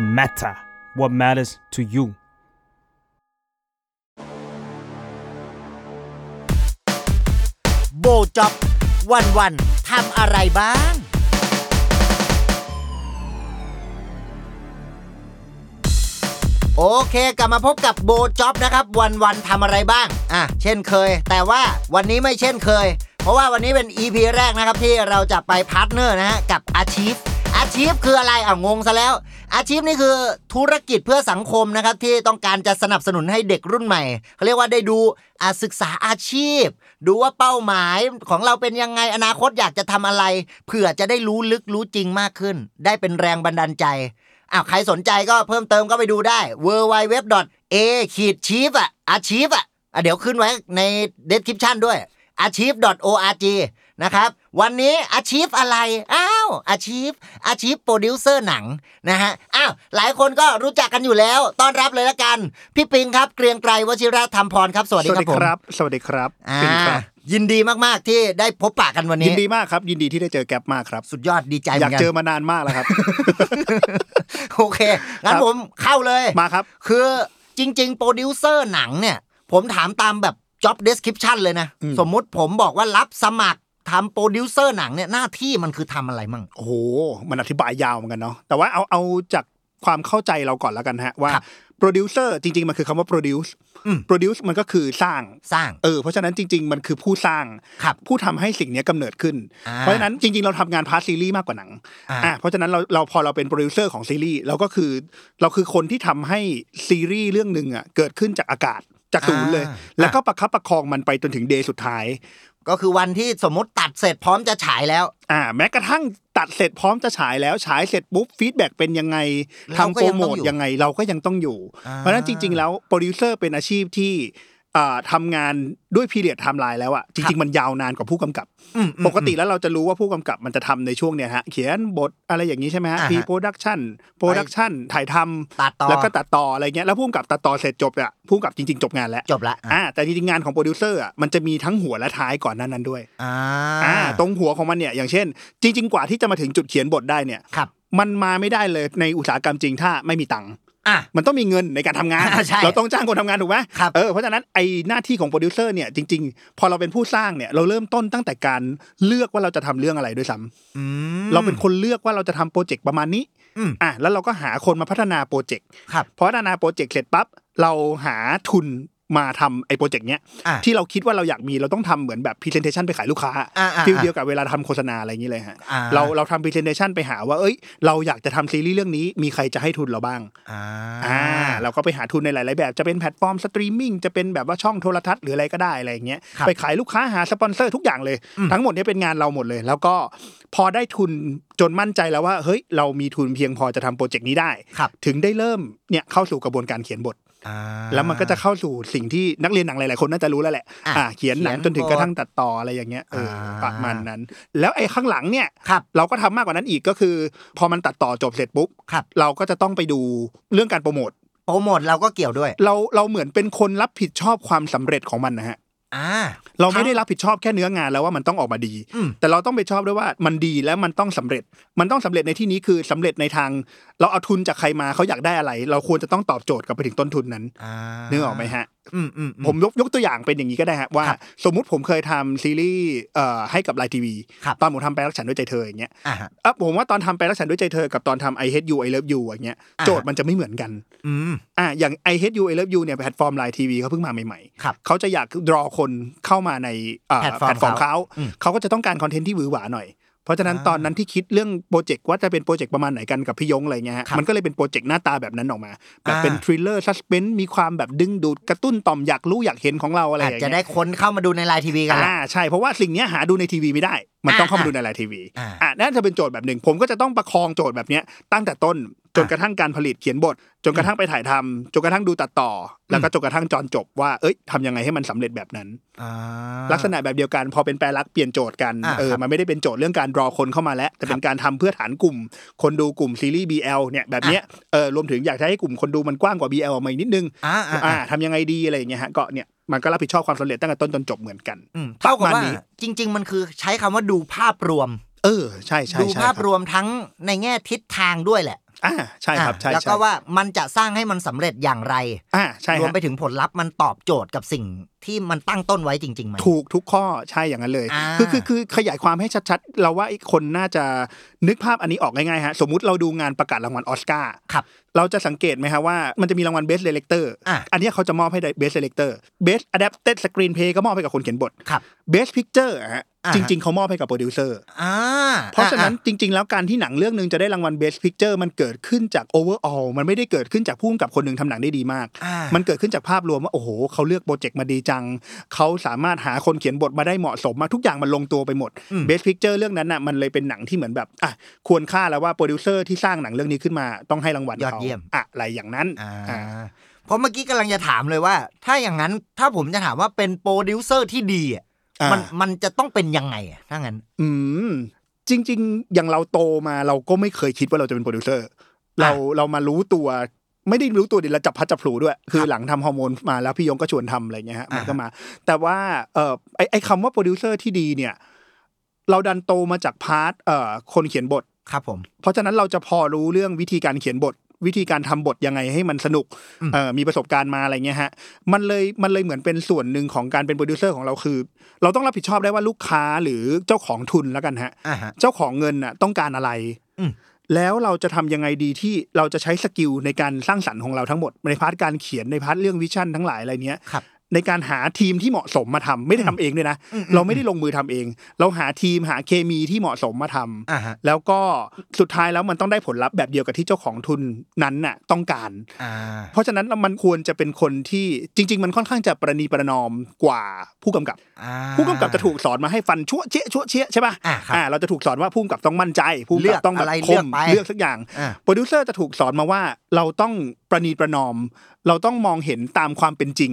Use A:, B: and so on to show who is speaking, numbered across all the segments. A: matter what matters to you
B: โบจ็อบวันวันๆทำอะไรบ้าง โอเคกลับมาพบกับโบจ็อบนะครับ วันวันๆทำอะไรบ้างอ่ะเช่นเคย แต่ว่าวันนี้ไม่เช่นเคย เพราะว่าวันนี้เป็น EP แรกนะครับที่เราจะไปพาร์ทเนอร์นะฮะกับอาชีพอาชีพคืออะไรอ่ะงงซะแล้ว อาชีพนี่คือธุรกิจเพื่อสังคมนะครับที่ต้องการจะสนับสนุนให้เด็กรุ่นใหม่เขาเรียกว่าได้ดูอ่ะศึกษาอาชีพ ดูว่าเป้าหมายของเราเป็นยังไงอนาคตอยากจะทำอะไรเผื่อจะได้รู้ลึกรู้จริงมากขึ้น ได้เป็นแรงบันดาลใจ อ้าวใครสนใจก็เพิ่มเติมก็ไปดูได้ w w w a ขีดชีฟอ่ะอาชีฟอ่ะอ่ะ เดี๋ยวขึ้นไว้ใน description ด้วย achieve.org นะครับ วันนี้อาชีพอะไร อ้าวอาชีพอาชีพโปรดิวเซอร์หนังนะฮะ อ้าว หลายคนก็รู้จักกันอยู่แล้ว ต้อนรับเลยละกัน พี่ปิงครับ เกรียงไกรวชิระธรรมพรครับ สวัสดีครับผม
C: สวัสดีครับ
B: อ่า
C: ปิงครับ
B: ยินดีมากๆที่ได้พบปะกันวัน
C: ยิ
B: นี้
C: นดีมากครับ ยินดีที่ได้เจอแก๊ปมากครับ
B: สุดยอดดีใจห
C: อยาน ก
B: น
C: เจอมานานมา กแล้วครับ
B: โอเค งั้น
C: ครับ
B: ผมเข้าเลย
C: มาครับ
B: คือจริงๆ โปรดิวเซอร์หนังเนี่ย ผมถามตามแบบ job description เลยนะ
C: อืม
B: สมมุติผมบอกว่ารับสมัครทำโปรดิวเซอร์หนังเนี่ย หน้าที่มันคือทำอะไรมั่ง
C: โอ้โห มันอธิบายยาวเหมือนกันเนาะ แต่ว่าเอาเอาจากความเข้าใจเราก่อนแล้วกันฮะ ว่า
B: ครับ
C: โปรดิวเซอร์จริง ๆ มันคือคำว่าโปรดิวส์
B: อืม
C: โปรดิวส์มันก็คือสร้าง
B: สร้าง
C: เออ เพราะฉะนั้นจริง ๆ มันคือผู้สร้าง
B: ครับ
C: ผู้ทำให้สิ่งเนี้ยกำเนิดขึ้น
B: อ่า
C: เพราะฉะนั้นจริง ๆ เราทำงานพาร์ทซีรีส์มากกว่าหนัง
B: อ่า
C: อ่าเพราะฉะนั้นเราเราพอเราเป็นโปรดิวเซอร์ของซีรีส์เราก็คือเราคือคนที่ทำให้ซีรีส์เรื่องหนึ่งอ่ะเกิดขึ้นจากอากาศจากศูนย์เลย แล้วก็ประคับประคองมันไปจนถึงเดย์สุดท้าย
B: ก็คือวันที่สมมติตัดเสร็จพร้อมจะฉายแล้ว
C: อ่าแม้กระทั่งตัดเสร็จพร้อมจะฉายแล้วฉายเสร็จปุ๊บฟีดแบ็กเป็นยังไงทำ
B: เราก็
C: โปร
B: ยัง
C: โม
B: ต้อง
C: ท
B: อยู่
C: ยังไงเราก็ยังต้องอยู่
B: อ่า
C: เพราะฉะนั้นจริง ๆ แล้วโปรดิวเซอร์เป็นอาชีพที่อ่าทำงานด้วยพีเรียดไทม์ไลน์แล้วอ่ะจริง ๆ มันยาวนานกว่าผู้กำกับ
B: อืมอืม
C: ปกติแล้วเราจะรู้ว่าผู้กำกับมันจะทำในช่วงเนี่ยฮะ เขียนบทอะไรอย่างนี้ใช่ไหมฮะ
B: อ่าฮะ
C: พีโปรดักชันโปรดักชันถ่ายทำ
B: ตัดต่อ
C: แล้วก็ตัดต่ออะไรเงี้ยแล้วผู้กำกับตัดต่อเสร็จจบอ่ะผู้กำกับจริง ๆ จบงานแล้ว
B: จบละอ่ะ
C: อ่าแต่จริงๆงานของโปรดิวเซอร์อ่ะมันจะมีทั้งหัวและท้ายก่อนหนั้นนั้นด้วย
B: อ่า
C: อ่าตรงหัวของมันเนี่ยอย่างเช่น จริง ๆ กว่าที่จะมาถึงจุดเขียนบทได้เนี่ย
B: ครับ
C: มันมาไม่ได้เลยในอุตสาหกรรมจริงถ้าไม่มีตังค์
B: อ่ะ
C: มันต้องมีเงินในการทำงาน
B: อ่าใช่
C: เราต้องจ้างคนทำงานถูกไหม
B: ครับ
C: เออ เพราะฉะนั้นไอหน้าที่ของโปรดิวเซอร์เนี่ยจริง ๆ พอเราเป็นผู้สร้างเนี่ยเราเริ่มต้นตั้งแต่การเลือกว่าเราจะทำเรื่องอะไรด้วยซ้ำเราเป็นคนเลือกว่าเราจะทำโปรเจกต์ประมาณนี้
B: อืม
C: อ่ะแล้วเราก็หาคนมาพัฒนาโปรเจกต์
B: ครับ
C: พอพัฒนาโปรเจกต์เสร็จปั๊บเราหาทุนมาทำไอโปรเจกต์เนี้ย
B: อ่ะ
C: ที่เราคิดว่าเราอยากมีเราต้องทำเหมือนแบบพรีเซนเทชันไปขายลูกค้า
B: อ่าอ่า
C: ฟิลเดียวกับเวลาทำโฆษณาอะไรอย่างนี้เลยฮะ
B: อ่า
C: เราเราทำพรีเซนเทชันไปหาว่าเอ้ย เราอยากจะทำซีรีส์เรื่องนี้มีใครจะให้ทุนเราบ้าง
B: อ่า
C: อ่าเราก็ไปหาทุนในหลาย ๆ แบบจะเป็นแพลตฟอร์มสตรีมมิ่งจะเป็นแบบว่าช่องโทรทัศน์หรืออะไรก็ได้อะไรอย่างเงี้ย
B: ครับ
C: ไปขายลูกค้าหาสปอนเซอร์ทุกอย่างเลย ทั้งหมดเนี้เป็นงานเราหมดเลย แล้วก็พอได้ทุนจนมั่นใจแล้วว่า เฮ้ย เรามีทุนเพียงพอจะทำโปรเจกต์นี้ได้
B: ครับ
C: ถึงได้เริ่มเนี่ยเข้าสู่กระบวนการเขียนบท
B: อ่า
C: แล้วมันก็จะเข้าสู่สิ่งที่นักเรียนหนังหลาย ๆ คนน่าจะรู้แล้วแหละ
B: อ่ะ
C: อ่าเขียนหนัง
B: เขียน
C: จนถึงกระทั่ง
B: บท
C: ตัดต่ออะไรอย่างเงี้ยเอออา ประมาณนั้น แล้วไอ้ข้างหลังเนี่ย
B: ครับ
C: เราก็ทำมากกว่านั้นอีกก็คือ พอมันตัดต่อจบเสร็จปุ๊บ
B: ครับ
C: เราก็จะต้องไปดูเรื่องการโปรโมท
B: โปรโมทเราก็เกี่ยวด้วย
C: เราเราเหมือนเป็นคนรับผิดชอบความสำเร็จของมันนะฮะ
B: อ่า
C: เราไม่ได้รับผิดชอบแค่เนื้องานแล้วว่ามันต้องออกมาดี
B: อืม
C: แต่เราต้องไปชอบด้วยว่ามันดีและมันต้องสำเร็จ มันต้องสำเร็จในที่นี้คือสำเร็จในทาง เราเอาทุนจากใครมาเขาอยากได้อะไร เราควรจะต้องตอบโจทย์กลับไปถึงต้นทุนนั้น
B: อ่า
C: นึกออกไหมฮะ
B: อืมอืมอืม
C: ผมยกยกตัวอย่างเป็นอย่างนี้ก็ได้ฮะว่า
B: ครับ
C: สมมุติผมเคยทำซีรีส์เอ่อให้กับไลทีวี
B: ครับ
C: ตอนผมทำแปลรักฉันด้วยใจเธออย่างเงี้ย
B: อ่าฮะ
C: อ่ะผมว่าตอนทำแปลรักฉันด้วยใจเธอกับตอนทำไอเฮดยูไอเลิฟยูอย่างเงี้ย
B: อ่า
C: โจทย์มันจะไม่เหมือนกัน
B: อืม
C: อ่ะอย่าง i hate you I love you เนี่ยแพลตฟอร์มไลน์ทีวีเขาเพิ่งมาใหม่
B: ครับ
C: เขาจะอยากดรอคนเข้ามาในเอ่อ
B: แพ
C: แพ
B: ลต
C: ลต
B: ฟอร์ม
C: ฟอร์มเขา
B: อืม
C: เขาก็จะต้องการคอนเทนต์ที่หวือหวาหน่อย เพราะฉะนั้น
B: อ่า
C: ตอนนั้นที่คิดเรื่องโปรเจกต์ว่าจะเป็นโปรเจกต์ประมาณไหนกันกับพี่ยงอะไรเงี้ยฮะ
B: ครับ
C: มันก็เลยเป็นโปรเจกต์หน้าตาแบบนั้นออกมา แบบเป็น
B: อ่า
C: ทริลเลอร์ซัสเพนมีความแบบดึงดูดกระตุ้นต่อมอยากรู้อยากเห็นของเราอะไรอ
B: อา
C: ย่า
B: จ
C: งเงี้
B: จะ
C: ย
B: ได้คนเข้ามาดูในไลน์ทีวีกันแหละ
C: อ่าใช่เพราะว่าสิ่งเนี้ยหาดูในทีวีไม่ได้ มันต้องเข้ามา
B: อ่า
C: ดูในไลน์ทีวี
B: อ่า
C: อ่ะนั่นจะเป็นโจทย์แบบหนึ่งผมก็จะต้องประคองโจทย์แบบเนี้ยตั้งแต่ต้นจน
B: อ่าก
C: ระทั่งการผลิตเขียนบท จนกระทั่งไปถ่ายทำจนกระทั่งดูตัดต่อ แล้วก็จนกระทั่งจอนจบว่าเอ้ยทำยังไงให้มันสำเร็จแบบนั้น ลักษณะแบบเดียวกันพอเป็นแปรลักษณ์เปลี่ยนโจทย์กัน
B: อ่า
C: เอ
B: ค
C: อ
B: รับ
C: มันไม่ได้เป็นโจทย์เรื่องการรอคนเข้ามาแล้ว แต่เป็นการทำเพื่อฐานกลุ่ม คนดูกลุ่มซีรีส์ BL เนี่ยแบบเนี้ยเออรวมถึงอยากจะให้กลุ่มคนดูมันกว้างกว่า BL ออกมาอีกนิดนึง
B: อ่าอ่าอ่า
C: อ่าทำยังไงดีอะไรอย่างเงี้ยฮะก็เนี่ยมันก็รับผิดชอบความสำเร็จตั้งแต่ต้นจนจบเหมือนกัน
B: อืมเท่ากับ
C: ประมา
B: ว่า
C: ณนี้
B: จริง ๆ มันคือใช้คำว่าดูภาพรวม
C: เออใช่ใช่
B: ดู
C: ใช่
B: ภาพ
C: คบ
B: รวมทั้งในแง่ทิศทางด้วยแหละ
C: อ่าใช่ครับ
B: อ่ะ
C: ใช่
B: แล้ว
C: ใช่
B: ก็ว่ามันจะสร้างให้มันสำเร็จอย่างไร
C: อ่าใช่
B: รวม
C: ฮะ
B: ไปถึงผลลัพธ์มันตอบโจทย์กับสิ่งที่มันตั้งต้นไว้จริงๆไหม
C: ถูกทุกข้อใช่อย่างนั้นเลย
B: อ่า
C: คือคือคือขยายความให้ชัดๆ เราว่าไอ้คนน่าจะนึกภาพอันนี้ออกง่ายๆฮะสมมุติเราดูงานประกาศรางวัลออสการ์
B: ครับ
C: เราจะสังเกตไหมฮะว่ามันจะมีรางวัล Best Director
B: อ่ะ
C: อันเนี้ยเขาจะมอบให้ Best Director Best Adapted Screenplay ก็มอบให้กับคนเขียนบท
B: ครับ
C: Best Picture อะฮะ
B: อ่าฮะ
C: จริง ๆ เขามอบให้กับโปรดิวเซอร์
B: อ่า
C: เพราะฉะนั้น
B: อ่
C: จริง ๆ แล้วการที่หนังเรื่องหนึ่งจะได้รางวัล Best Picture มันเกิดขึ้นจาก Overall มันไม่ได้เกิดขึ้นจากผู้กำกับคนหนึ่งทำหนังได้ดีมาก
B: อ่า
C: มันเกิดขึ้นจากภาพรวมว่าโอ้โหเขาเลือกโปรเจกต์มาดีจัง เขาสามารถหาคนเขียนบทมาได้เหมาะสมมาทุกอย่างมันลงตัวไปหมด
B: อืม
C: Best Picture เรื่องนั้นน่ะมันเลยเป็นหนังที่เหมือนแบบอ่ะควรค่าแล้วว่าโปรดิวเซอร์ที่สร้างหนังเรื่องนี้ขึ้นมาต้องให้รางวัล
B: ยอด
C: ขา
B: เยี่ยม
C: อะไรอย่างนั้น
B: อ่า
C: อ่า
B: เพราะเมื่อกี้กำลังจะถามเลยว่า ถ้าอย่างนั้นถ้าผมจะถามว่าเป็นโปรดิวเซอร์ที่ดีอ่ะ
C: มั
B: มัน นมันจะต้องเป็นยังไงอ่ะถ้างั้น
C: อืมจริง ๆ อย่างเราโตมาเราก็ไม่เคยคิดว่าเราจะเป็นโปรดิวเซอร์เราเรามารู้ตัวไม่ได้รู้ตัวเดี๋ยวเราจับพัดจับผลูด้วย คือหลังทำฮอร์โมนมาแล้วพี่ยงก็ชวนทำอะไรเงี้ยฮะมันก็มา แต่ว่าเออไอไอคำว่าโปรดิวเซอร์ที่ดีเนี่ย เราดันโตมาจากพาร์ทเอ่อคนเขียนบท
B: ครับผม
C: เพราะฉะนั้นเราจะพอรู้เรื่องวิธีการเขียนบท วิธีการทำบทยังไงให้มันสนุก
B: อืม
C: เอ่อมีประสบการณ์มาอะไรเงี้ยฮะมันเลยมันเลยเหมือนเป็นส่วนหนึ่งของการเป็นโปรดิวเซอร์ของเราคือ เราต้องรับผิดชอบได้ว่าลูกค้าหรือเจ้าของทุนแล้วกันฮะ
B: อ่าฮะ
C: เจ้าของเงินน่ะต้องการอะไร
B: อืม
C: แล้วเราจะทำยังไงดีที่เราจะใช้สกิลในการสร้างสรรค์ของเราทั้งหมดในพาร์ทการเขียนในพาร์ทเรื่องวิชั่นทั้งหลายอะไรเนี้ย
B: ครับ
C: ในการหาทีมที่เหมาะสมมาทำไม่ได้ทำเองด้วยนะ
B: อืม
C: เราไม่ได้ลงมือทำเอง เราหาทีมหาเคมีที่เหมาะสมมาทำ
B: อ่าฮะ
C: แล้วก็สุดท้ายแล้วมันต้องได้ผลลัพธ์แบบเดียวกับที่เจ้าของทุนนั้นน่ะต้องการ
B: อ่า
C: เพราะฉะนั้นมันควรจะเป็นคนที่จริง ๆ มันค่อนข้างจะประนีประนอมกว่าผู้กำกับ
B: อ่า
C: ผู้กำกับจะถูกสอนมาให้ฟันชั่วเชี่ยชั่วเชี่ยใช่ปะ
B: อ่าครับ
C: อ่าเราจะถูกสอนว่าผู้กำกับต้องมั่นใจผู้กำกับต้องแบบ
B: เลือกอะไร
C: ค
B: เลือก
C: ม
B: ไป
C: เลือกสักอย่าง
B: อ่า
C: โปรดิวเซอร์จะถูกสอนมาว่าเราต้องประนีประนอม เราต้องมองเห็นตามความเป็นจริง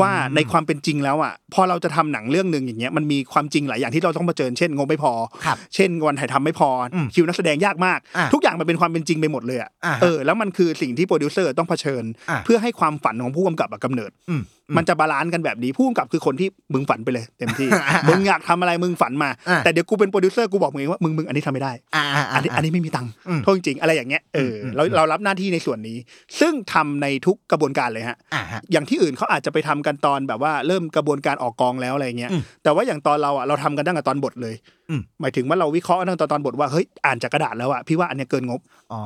C: ว่าในความเป็นจริงแล้วอ่ะพอเราจะทำหนังเรื่องหนึ่งอย่างเงี้ยมันมีความจริงหลายอย่างที่เราต้องเผชิญเช่นงบไม่พอ
B: ครับ
C: เช่นวันถ่ายทำไม่พออ
B: ม
C: คิวนักแสดงยากมาก
B: อ่ะ
C: ทุกอย่างมันเป็นความเป็นจริงไปหมดเลยอ่ะ
B: อ่าฮะ
C: เออแล้วมันคือสิ่งที่โปรดิวเซอร์ต้องเผชิญ
B: อ่ะ
C: เพื่อให้ความฝันของผู้กำกับอะกำเนิด
B: อืม
C: มันจะบาลานซ์กันแบบนี้ผู้กำกับคือคนที่มึงฝันไปเลยเต็มที่ มึงอยากทำอะไรมึงฝันมา
B: อ่ะ
C: แต่เดี๋ยวกูเป็นโปรดิวเซอร์กูบอกมึงเองว่ามึงมึงอันนี้ทำไม่ได้
B: อ่าาา
C: อันนี้อันนี้ไม่มีตังค์
B: อืม
C: โทษจริงๆอะไรอย่างเงี้ยเอออเราเรารับหน้าที่ในส่วนนี้ ซึ่งทำในทุกกระบวนการเลยฮะ
B: อ่าฮะ
C: อย่างที่อื่นเขาอาจจะไปทำกันตอนแบบว่าเริ่มกระบวนการออกกองแล้วอะไรเงี้ย
B: อืม
C: แต่ว่าอย่างตอนเราอ่ะเราทำกันตั้งแต่ตอนบทเลย
B: อืม
C: หมายถึงว่าเราวิเคราะห์ตั้งแต่ตอนบทว่าเฮ้ยอ่านจากกระดาษแล้วอ่ะพี่ว่าอันเนี้ยเกินงบ
B: อ๋อ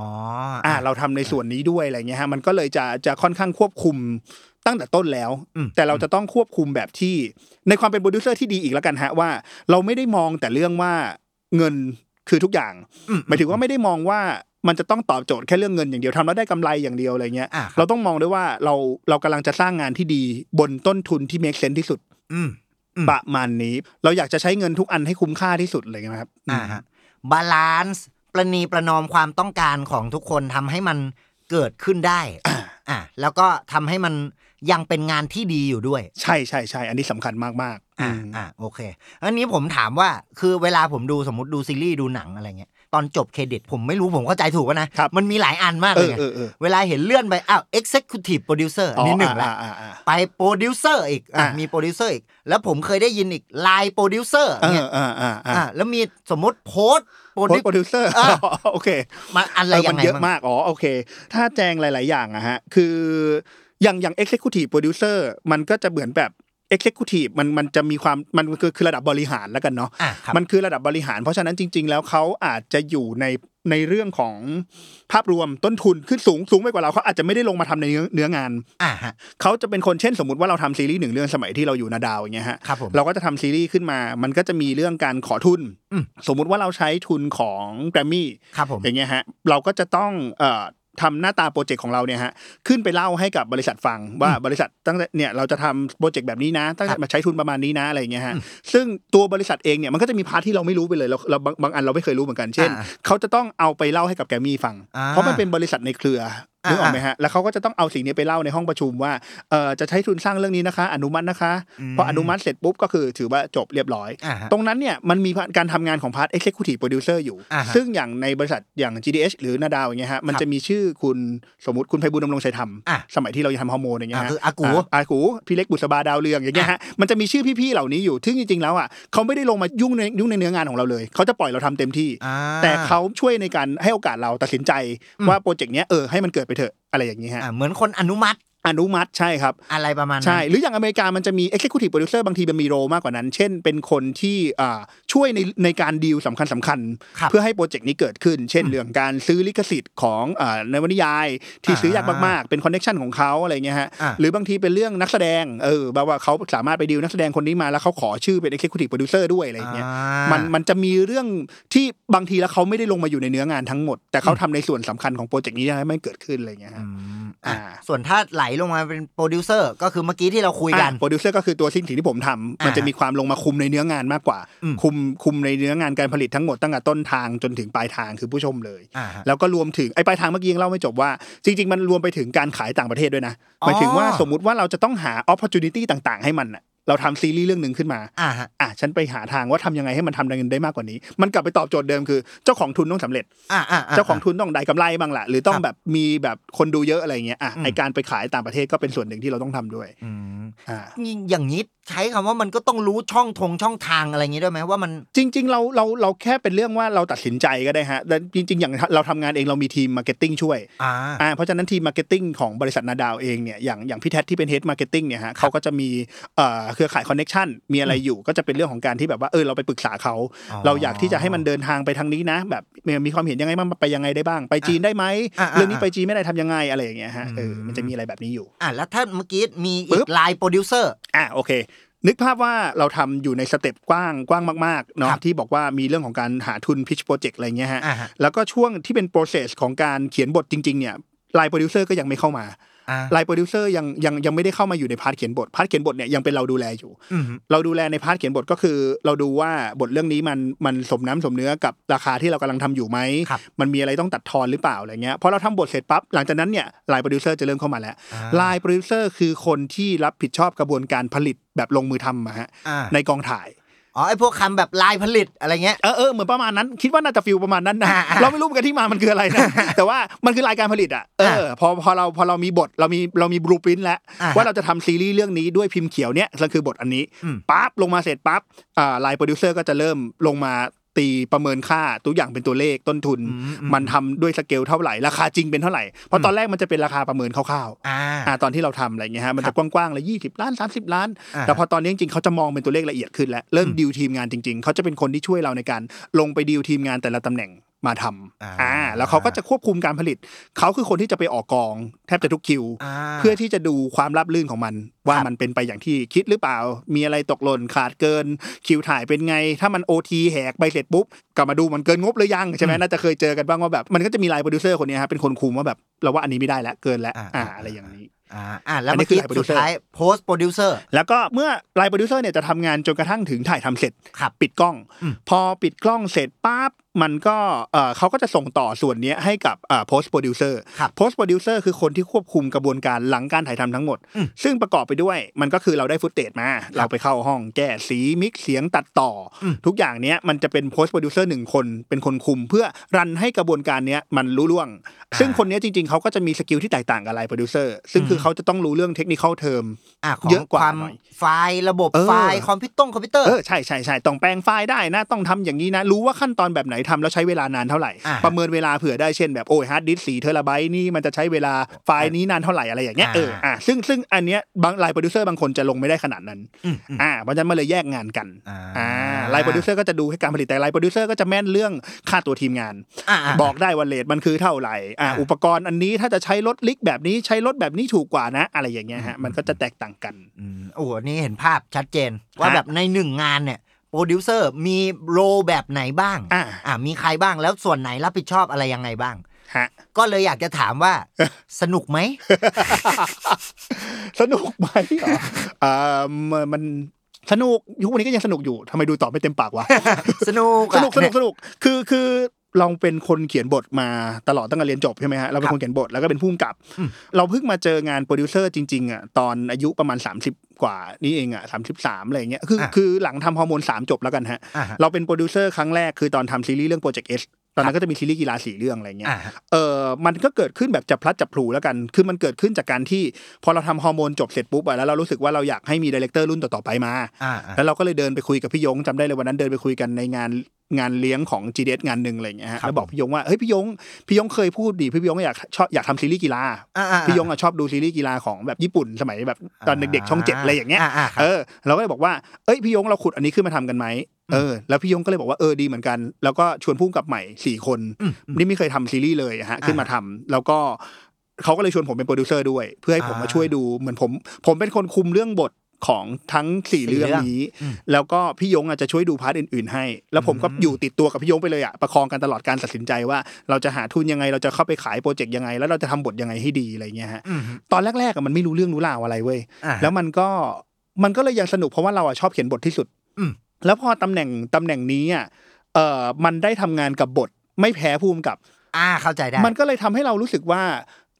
C: อ่า
B: อ่า
C: เราทำในส่วนนี้ด้วยอะไรเงี้ยฮะมันก็เลยจะจะค่อนข้างควบคุมตั้งแต่ต้นแล้ว
B: อืม
C: แต่เราจะต้องควบคุมแบบที่ในความเป็นโปรดิวเซอร์ที่ดีอีกแล้วกันฮะว่า เราไม่ได้มองแต่เรื่องว่าเงินคือทุกอย่าง
B: อืม
C: หมายถึงว่าไม่ได้มองว่ามันจะต้องตอบโจทย์แค่เรื่องเงินอย่างเดียวทำแล้วได้กำไรอย่างเดียวอะไรเงี้ย
B: อ่าครับ
C: เราต้องมองด้วยว่าเราเรากำลังจะสร้างงานที่ดีบนต้นทุนที่ make sense ที่สุด
B: อืม อืม
C: ประมาณนี้ เราอยากจะใช้เงินทุกอันให้คุ้มค่าที่สุดเลยนะครับ
B: อ่าฮะบาลานซ์ประนีประนอมความต้องการของทุกคนทำให้มันเกิดขึ้นได้ อ่าแล้วก็ทำให้มันยังเป็นงานที่ดีอยู่ด้วย
C: ใช่ใช่ใช่อันนี้สำคัญมากๆ
B: อ่า
C: อืม
B: อ่าโอเคอันนี้ผมถามว่าคือเวลาผมดูสมมติดูซีรีส์ดูหนังอะไรเงี้ยตอนจบเครดิตผมไม่รู้ผมเข้าใจถูกป่ะนะครับ มันมีหลายอันมาก
C: เอ
B: เลย
C: อ
B: ไง
C: เออเออ
B: เวลาเห็นเลื่อนไปอ้าว executive producer อันนี้หนึ่งละ
C: อ่าอ่าอ่า
B: ไปโปรดิวเซอร์อีกอ่ะ
C: อ่ะ
B: มีโปรดิวเซอร์อีก แล้วผมเคยได้ยินอีกไลน์โปรดิวเซอร์
C: เอ
B: เนี่
C: อย เอออ่าอ่า
B: อ่ะแล้วมีสมมติโพสโปรดิว
C: โปรดิวเซอร์
B: อ่ะ
C: โอเค
B: มาอะไร
C: เออ
B: ยั
C: มั
B: ง
C: น
B: ไง
C: เยอะ
B: บ้าง
C: มาก อ๋อ โอเค ถ้าแจงหลาย ๆ อย่างอะฮะ คืออย่างอย่าง executive producer มันก็จะเหมือนแบบ executive มันมันจะมีความมันคือคือระดับบริหารแล้วกันเนาะ
B: อ่ะครับ
C: มันคือระดับบริหาร เพราะฉะนั้นจริง ๆ แล้วเขาอาจจะอยู่ในในเรื่องของภาพรวมต้นทุนขึ้นสูงสูงไปกว่าเราเขาอาจจะไม่ได้ลงมาทำในเนื้อเนื้องาน
B: อ่ะฮะ
C: เขาจะเป็นคนเช่นสมมติว่าเราทำซีรีส์หนึ่งเรื่องสมัยที่เราอยู่นาดาวอย่างเงี้ยฮะ
B: ครับผม
C: เราก็จะทำซีรีส์ขึ้นมา มันก็จะมีเรื่องการขอทุน
B: อืม
C: สมมุติว่าเราใช้ทุนของแกรมมี่
B: ครับผม
C: อย่างเงี้ยฮะเราก็จะต้องเอ่อทำหน้าตาโปรเจกต์ของเราเนี่ยฮะขึ้นไปเล่าให้กับบริษัทฟังว่าบริษัทตั้งแต่เนี่ยเราจะทำโปรเจกต์แบบนี้นะตั้งแต่มาใช้ทุนประมาณนี้นะอะไรอย่างเงี้ยฮะซึ่งตัวบริษัทเองเนี่ยมันก็จะมีพาร์ทที่เราไม่รู้ไปเลยเราเราบางบางอันเราไม่เคยรู้เหมือนกันเช่น
B: อ่า
C: เขาจะต้องเอาไปเล่าให้กับแกรมมี่ฟัง
B: อ่า
C: เพราะมันเป็นบริษัทในเครือ
B: อ่า
C: นึกออกไหมฮะแล้วเขาก็จะต้องเอาสิ่งนี้ไปเล่าในห้องประชุมว่าเออจะใช้ทุนสร้างเรื่องนี้นะคะ อนุมัตินะคะ
B: อืม
C: พออนุมัติเสร็จปุ๊บก็คือถือว่าจบเรียบร้อย
B: อ่าฮะ
C: ตรงนั้นเนี่ยมันมีการทำงานของพาร์ท Executive Producer อยู่
B: อ่าฮะ
C: ซึ่งอย่างในบริษัทอย่าง GDH หรือนาดาวอย่างเงี้ยฮะมัน
B: ครับ
C: จะมีชื่อคุณสมมติคุณไพบุญดำรงชัยธรรม
B: อ่ะ
C: สมัยที่เรายังทำฮอร์โมนอย่างเงี้ย
B: อ่ะ
C: ฮะ
B: คืออากู
C: ะอากูพี่เล็กบุษบาดาวเรืองอย่างเงี้ยฮะมันจะมีชื่อพี่ๆเหล่านี้อยู่ซึ่งจริงๆแล้วอ่ะเขาไม่ได้ลงมายุ่งในยุ่งในเนื้องานของเราเลย เขาจะปล่อยเราทำเต็มที่
B: อ่า
C: แต่เขาช่วยในการให้โอกาสเราตัดสินใจ
B: อืม
C: ว่าโปรเจกต์เนี้ยเออให้มันเกิดไปเถอะอะไรอย่างงี้ฮะ
B: อ่าเหมือนคนอนุมัติ
C: อนุมัติใช่ครับ
B: อะไรประมาณนั้น
C: ใช่ หรืออย่างอเมริกามันจะมี Executive Producer บางทีมันมีโรมากกว่านั้น เช่น เป็นคนที่อ่าช่วยในในการดีลสำคัญสำคัญๆ
B: ครับ
C: เพื่อให้โปรเจกต์นี้เกิดขึ้น เช่น เรื่องการซื้อลิขสิทธิ์ของอ่านวนิยาย ที่
B: อ่า
C: ซื้อยากมากๆ เป็นคอนเน็ชันของเขาอะไรเงี้ยฮะ
B: อ่า
C: หรือบางทีเป็นเรื่องนักแสดง เออแบบว่าเขาสามารถไปดีลนักแสดงคนนี้มาแล้วเขาขอชื่อเป็น Executive Producer ด้วยอะไรอย่างเงี้ย มันมันจะมีเรื่องที่บางทีแล้วเขาไม่ได้ลงมาอยู่ในเนื้องานทั้งหมด แต่เขาทำในส่วนสำคัญของโปรเจกต์นี้ให้มันเกิดขึ้นอะไรเงี้ย
B: อื
C: ฮะ
B: มอ่ะ
C: อ่า
B: ส่วนถ้าไหลลงมาเป็นโปรดิวเซอร์ก็คือเมื่อกี้ที่เราคุยกัน
C: โปรดิวเซอร์ก็คือตัวสิ่งที่ผมทำ
B: อ่ามั
C: มันจะมีความลงมาคุมในเนื้องานมากกว่า
B: อืม
C: คุมคุมในเนื้องานการผลิตทั้งหมดตั้งแต่ต้นทางจนถึงปลายทางคือผู้ชมเลย
B: อ่าฮะ
C: แล้วก็รวมถึงไอ้ปลายทางเมื่อกี้ยังเล่าไม่จบว่า จริง ๆ มันรวมไปถึงการขายต่างประเทศด้วยนะหมายถึงว่า
B: อ๋อ
C: สมมุติว่าเราจะต้องหา opportunity ต่าง ๆ ให้มันน่ะเราทำซีรีส์เรื่องหนึ่งขึ้นมา
B: อ่าฮะ
C: อ่ะฉันไปหาทางว่าทำยังไงให้มันทำเงินได้มากกว่านี้ มันกลับไปตอบโจทย์เดิมคือเจ้าของทุนต้องสำเร็จ
B: อ่าอ่า
C: เจ้าของทุนต้องได้กำไรบ้างล่ะหรือต้อ
B: ค
C: ง
B: รับ
C: แบบมีแบบคนดูเยอะอะไรเงี้ยอ่ะ
B: อืม
C: ไอการไปขายต่างประเทศก็เป็นส่วนหนึ่งที่เราต้องทำด้วย
B: อืม
C: อ่า
B: อย่างนี้ใช้คำว่ามันก็ต้องรู้ช่องทงช่องทางอะไรอย่างนี้ด้วยไหมว่ามัน
C: จริง ๆ เราเราเราแค่เป็นเรื่องว่าเราตัดสินใจก็ได้ฮะแต่จริง ๆ อย่างเราทำงานเองเรามีทีมมาร์เก็ตติ้งช่วย
B: อ่า
C: อ่าเพราะฉะนั้นทีมมาร์เก็ตติ้งของบริษัทนาดาวเองเนี่ยอย่างอย่างพี่แท็ดที่เป็นเฮดมาร์เก็ตติ้งเนี่ยฮะเขาก็จะมีเอ่อเครือข่ายคอนเน็ชันมีอะไรอยู่ก็จะเป็นเรื่องของการที่แบบว่าเออเราไปปรึกษาเขา เราอยากที่จะให้มันเดินทางไปทางนี้นะ แบบมีความเห็นยังไงบ้างไปยังไงได้บ้าง ไปจีนได้ไหม
B: อ่ะอ่ะ
C: เรื่องนี้ไปจีนไม่ได้ทำยังไงอะไรอย่างเงี้ยฮะเอออ
B: ม
C: มันจะมีอะไรแบบนี้อยู่
B: อ่าแล้วถ้าเมื่อกี้มี
C: ปึ๊
B: อีก
C: บ
B: ไลน์โปรดิวเซอร์
C: อ่ะโอเค นึกภาพว่าเราทำอยู่ในสเต็ปกว้างกว้างมากๆเนาะ
B: ครับ
C: ที่บอกว่ามีเรื่องของการหาทุนพิชโปรเจกต์อะไรเงี้ยฮะ
B: อ่าฮะ
C: แล้วก็ช่วงที่เป็น process ของการเขียนบทจริง ๆ เนี่ยไลน์โปรดิวเซอร์ก็ยังไม่เข้ามา
B: อ่า
C: ไลน์โปรดิวเซอร์ยังยังยังไม่ได้เข้ามาอยู่ในพาร์ทเขียนบทพาร์ทเขียนบทเนี่ยยังเป็นเราดูแลอยู่
B: อืม
C: เราดูแลในพาร์ทเขียนบทก็คือ เราดูว่าบทเรื่องนี้มันมันสมน้ำสมเนื้อกับราคาที่เรากำลังทำอยู่ไหม
B: ครับ
C: มันมีอะไรต้องตัดทอนหรือเปล่าอะไรเงี้ยพอเราทำบทเสร็จปั๊บหลังจากนั้นเนี่ยไลน์โปรดิวเซอร์จะเริ่มเข้ามาแล้ว
B: อ่า
C: ไลน์โปรดิวเซอร์คือคนที่รับผิดชอบกระบวนการผลิตแบบลงมือทำอะฮะ
B: อ่า
C: ในกองถ่าย
B: อ๋อไอพวกคำแบบไลน์ผลิตอะไรเงี้ย
C: เออเออเหมือนประมาณนั้นคิดว่าน่าจะฟิลประมาณนั้นนะ
B: อ่าอ่า
C: เราไม่รู้เหมือนกันที่มามันคืออะไรนะ แต่ว่ามันคือรายการผลิตอ่ะเออพอพอเราพอเรามีบทเรามีเรามีบลูพินแล้ว
B: อ่าฮะ
C: ว่าเราจะทำซีรีส์เรื่องนี้ด้วยพิมพ์เขียวเนี้ยก็คือบทอันนี้
B: อืม
C: ปั๊บลงมาเสร็จปั๊บอ่าไลน์โปรดิวเซอร์ก็จะเริ่มลงมาตีประเมินค่าตัวอย่างเป็นตัวเลขต้นทุน มันทำด้วยสเกลเท่าไหร่ราคาจริงเป็นเท่าไหร่เพราะตอนแรกมันจะเป็นราคาประเมินคร่าวๆ
B: อ่า
C: อ่าตอนที่เราทำอะไรเงี้ยฮะมัน
B: ครั
C: จะ
B: บ
C: กว้างๆเลยยี่สิบล้านสามสิบล้าน
B: อ่า
C: แต่พอตอนนี้จริงๆเขาจะมองเป็นตัวเลขละเอียดขึ้นแล้วเริ่ม
B: อืม
C: ดีลทีมงานจริง ๆ เขาจะเป็นคนที่ช่วยเราในการลงไปดีลทีมงานแต่ละตำแหน่งมาท
B: อ่า
C: ำอ่าแล้วเขาก็จะควบคุมการผลิต เขาคือคนที่จะไปออกกอง แทบจะทุกคิว
B: อ่า
C: เพื่อที่จะดูความราบรื่นของมัน ว่า
B: ครับ
C: มันเป็นไปอย่างที่คิดหรือเปล่า มีอะไรตกหล่นขาดเกินคิวถ่ายเป็นไง ถ้ามันโอทีแหกไปเสร็จปุ๊บกลับมาดูมันเกินงบหรือยังใช่ไหมน่าจะเคยเจอกันบ้างว่าแบบมันก็จะมีไลน์โปรดิวเซอร์คนเนี้ยฮะเป็นคนคุมว่าแบบเราว่าอันนี้ไม่ได้แล้วเกินแล้วอ่าอะไรอย่างนี้
B: อ่าอ่าแล้ว
C: อันนี้
B: เมื่อ
C: คือ
B: กี้
C: ไลน์โปรดิ
B: สุด
C: วเซอร์
B: ท้ายโพสโปรดิวเซอร์
C: แล้วก็เมื่อไลน์โปรดิวเซอร์เนี่ยจะทำงานจนกระทั่งถึงถ่ายทำเสร็จ
B: ครับ
C: ปิดกล้อง
B: อืม
C: พอปิดกล้องเสร็จปั๊บมันก็เอ่อเขาก็จะส่งต่อส่วนเนี้ยให้กับโพสต์โปรดิวเซอร์
B: ครับ
C: โพสต์โปรดิวเซอร์คือคนที่ควบคุมกระบวนการหลังการถ่ายทำทั้งหมด
B: อืม
C: ซึ่งประกอบไปด้วยมันก็คือเราได้ฟุตเตจมา เราไปเข้าห้องแก้สีมิกซ์เสียงตัดต่ออ
B: ม
C: ทุกอย่างเนี้ยมันจะเป็นโพสต์โปรดิวเซอร์หนึ่งคนเป็นคนคุม เพื่อรันให้กระบวนการเนี้ยมันรู้ล่วง ซึ่งคนเนี้ยจริงๆเขาก็จะมีสกิลที่แตกต่างกับไลน์โปรดิวเซอร์ซึ่งคือเขาจะต้องรู้เรื่องเทคนิคเทอม
B: อ่าของ
C: เยอะกว่า
B: ความ
C: หน่อย
B: ไฟล์ระบบ
C: เออ
B: ไฟล์คอมพิวต้องคอมพิวเตอร์
C: เออใช่ใช่ใช่ต้องแปลงไฟล์ได้นะ ต้องทำอย่างนี้นะ รู้ว่าขั้นตอนแบบไหนทำแล้วใช้เวลานานเท่าไหร่
B: อ่า
C: ประเมินเวลาเผื่อได้เช่นแบบโอ้ยฮาร์ดดิสก์สี่เทราไบต์นี่มันจะใช้เวลาไฟล์นี้นานเท่าไหร่อะไรอย่างเงี้ย
B: อ่า
C: เอออ่ะซึ่งซึ่งอันเนี้ยบางไลน์โปรดิวเซอร์บางคนจะลงไม่ได้ขนาดนั้น
B: อืมอืม
C: อ่าเพราะฉะนั้นมาเลยแยกงานกัน
B: อ่า
C: ไลน์โปรดิวเซอร์ก็จะดูให้การผลิตแต่ไลน์โปรดิวเซอร์ก็จะแม่นเรื่องค่าตัวทีมงาน
B: อ่าา
C: บอกได้ว่าเลทมันคือเท่าไหร่อ่า
B: อ่า
C: อุปกรณ์อันนี้ถ้าจะใช้รถลิกแบบนี้ใช้รถแบบนี้ถูกกว่านะ อะไรอย่างเงี้ยฮะมันก็จะแตกต่างกัน
B: อืมโอ้โหนี่เห็นภาพชัดเจน ว่าแบบในหนึ่งงานเนี่ยโปรดิวเซอร์มีโรลแบบไหนบ้าง
C: อ่า
B: อ่ามีใครบ้างแล้วส่วนไหนรับผิดชอบอะไรยังไงบ้าง
C: ฮะ
B: ก็เลยอยากจะถาม ว่า สนุกไหม
C: สนุกไหมเหรออ่ามันมันสนุกยุควันนี้ก็ยังสนุกอยู่ทำไมดูตอบไม่เต็มปากวะ
B: สนุก
C: ส
B: อะ
C: นุกสนุกสนุกคือคือ เราเป็นคนเขียนบทมาตลอดตั้งแต่เรียนจบใช่ไหมฮะเราเป็นคนเขียนบทแล้วก็เป็นผู้กำกับ เราเพิ่งมาเจองานโปรดิวเซอร์จริงๆอ่ะตอนอายุประมาณ 30 กว่านี่เองอ่ะสามสิบสามอะไรอย่างเงี้ยคือ
B: อ่ะ
C: คือหลังทำฮอร์โมนสามจบแล้วกันฮะ
B: อ่าฮะ
C: เราเป็นโปรดิวเซอร์ครั้งแรกคือตอนทำซีรีส์เรื่องโปรเจกต์เอสตอนนั้นก็จะมีซีรีส์กีฬาสี่เรื่องอะไรเงี้ย
B: อ่าฮะ
C: เออมันก็เกิดขึ้นแบบจับพลัดจับพลูแล้วกัน คือมันเกิดขึ้นจากการที่พอเราทำฮอร์โมนจบเสร็จปุ๊บอะแล้วเรารู้สึกว่าเราอยากให้มีดีเลกเตอร์รุ่นต่อๆไปมา
B: อ่า
C: แล้
B: อ่าว
C: เราก็เลยเดินไปคุยกับพี่ยงจำได้เลยวันนั้นเดินไปคุยกันในงานงานเลี้ยงของ g d s งานหนึ่งอะไรอย่างเงี้ยฮะแล้วบอกพี่ยงว่าเฮ้ยพี่ยงพี่ยงเคยพูดดิพี่ยงอยากชอบอยากทำซีรีส์กีฬา
B: อ่าอ่า
C: พี่ยงอะชอบดูซีรีส์กีฬาของแบบญี่ปุ่นสมัยแบบตอนเด็กๆช่องเจ็ดอะไรอย่างเงี้ย
B: อ่าครับ
C: เออเราก็เลยบอกว่า เอ้ยพี่ยงเราขุดอันนี้ขึ้นมาทำกันไหมเออ แล้วพี่ยงก็เลยบอกว่าเออดีเหมือนกัน แล้วก็ชวนพุ่มกับใหม่สี่คน
B: อืมอืม
C: นี่ไม่เคยทำซีรีส์เลยอะฮะ ขึ้นมาทำแล้วก็เขาก็เลยชวนผมเป็นโปรดิวเซอร์ด้วย เพื่อให้ผม
B: อ่าม
C: มาช่วยดูเหมือนผม ผมเป็นคนคุมเรื่องบทของทั้งสี่
B: สี่
C: เรื่อง
B: เรื่อง
C: นี้
B: อืม
C: แล้วก็พี่ยงอาจจะช่วยดูพาร์ทอื่น ๆ ให้ แล้วผมก็
B: อืม
C: อยู่ติดตัวกับพี่ยงไปเลยอะประคองกันตลอดการตัดสินใจว่า เราจะหาทุนยังไงเราจะเข้าไปขายโปรเจกต์ยังไง แล้วเราจะทำบทยังไงให้ดีอะไรเงี้ยฮะ
B: อืม
C: ตอนแรกๆอะมันไม่รู้เรื่องรู้ราวอะไรเว้ย
B: อ่า
C: แล้วมันก็มันก็เลยยังสนุกเพราะว่าเราอะชอบเขียนบทที่สุด
B: อืม
C: แล้วพอตำแหน่งตำแหน่งนี้อ่ะเออมันได้ทำงานกับบทไม่แพ้ภูมิกับ
B: อ่าเข้าใจได้
C: มันก็เลยทำให้เรารู้สึกว่า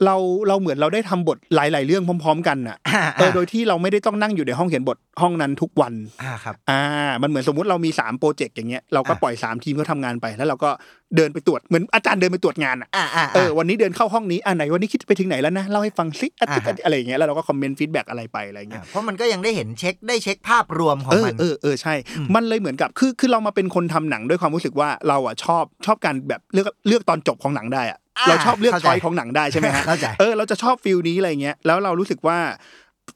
C: เราเราเหมือนเราได้ทำบทหลาย ๆ เรื่องพร้อม ๆ กันน่ะ
B: อ่า
C: เออโดยที่เราไม่ได้ต้องนั่งอยู่ในห้องเขียนบทห้องนั้นทุกวัน
B: อ่าครับ
C: อ่า มันเหมือนสมมติเรามี3โปรเจกต์อย่างเงี้ยเราก็
B: อ่ะ
C: ปล่อยสามทีมเขาทำงานไปแล้วเราก็เดินไปตรวจเหมือนอาจารย์เดินไปตรวจงานอ่ะ
B: อ่าอ่า
C: เออวันนี้เดินเข้าห้องนี้อ่าไหนวันนี้คิดไปถึงไหนแล้วนะเล่าให้ฟังสิอ่ะตึ๊ก
B: อ่าฮะ
C: อะไรอย่างเงี้ยแล้วเราก็คอมเมนต์ฟีดแบ็กอะไรไปอะไรอย่างเงี้ย
B: อ่าเพราะมันก็ยังได้เห็นเช็คได้เช็คภาพรวมของ
C: เออ
B: มัน
C: เออเออใช่
B: อืม
C: มันเลยเหมือนกับคือคือเรามาเป็นคนทำหนังด้วยความรู้สึกว่าเราอ่ะชอบชอบการแบบเลือกเลือกตอนจบของหนังได้อ่ะเราชอบเลือกช้อยของหนังได้ใช่ไหมฮะ
B: เข้าใจ
C: เออเราจะชอบฟิลนี้อะไรเงี้ยแล้วเรารู้สึกว่า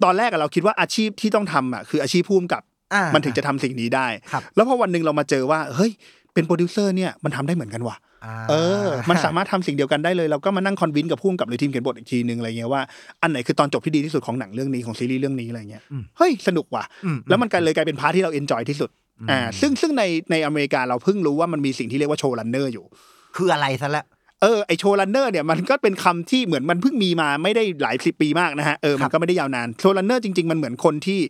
C: ตอนแรกอะเราคิดว่าอาชีพที่ต้องทำอ่ะคืออาชีพพุ่มกับ
B: อ่ามั
C: มันถึงจะทำสิ่งนี้ได้
B: ครับ
C: แล้วพอวันหนึ่งเรามาเจอว่าเฮ้ยเป็นโปรดิวเซอร์เนี่ยมันทำได้เหมือนกันว่ะ เออ มันสามารถทำสิ่งเดียวกันได้เลย เราก็มานั่งคอนวินกับพุ่มกับหรือทีมเขียนบทอีกทีนึงอะไรเงี้ยว่าอันไหนคือตอนจบที่ดีที่สุดของหนังเรื่องนี้ของซีรีส์เรื่องนี้อะไรเงี้ย
B: อืม
C: เฮ้ยสนุกว่ะ
B: อืม
C: แล้วมันกลายเลยกลายเป็นพาร์ทที่เราเอนจอยที่สุด
B: อืม
C: อ่า ซึ่งซึ่งในในอเมริกาเราเพิ่งรู้ว่ามันมีสิ่งที่เรียกว่าโชว์รันเนอร์อยู่
B: คืออะไรซะแล้ว
C: เออ ไอโชว์รันเนอร์เนี่ยมันก็เป็นคำที่เหมือนมันเพิ่งมีมาไม่ได้หลายสิบปีมากนะฮะ เออ
B: ค
C: มั
B: รั
C: น
B: บ
C: ก็ไม่ได้ยาวนาน โชว์รันเนอร์จริง ๆ มันเหมือนคนที่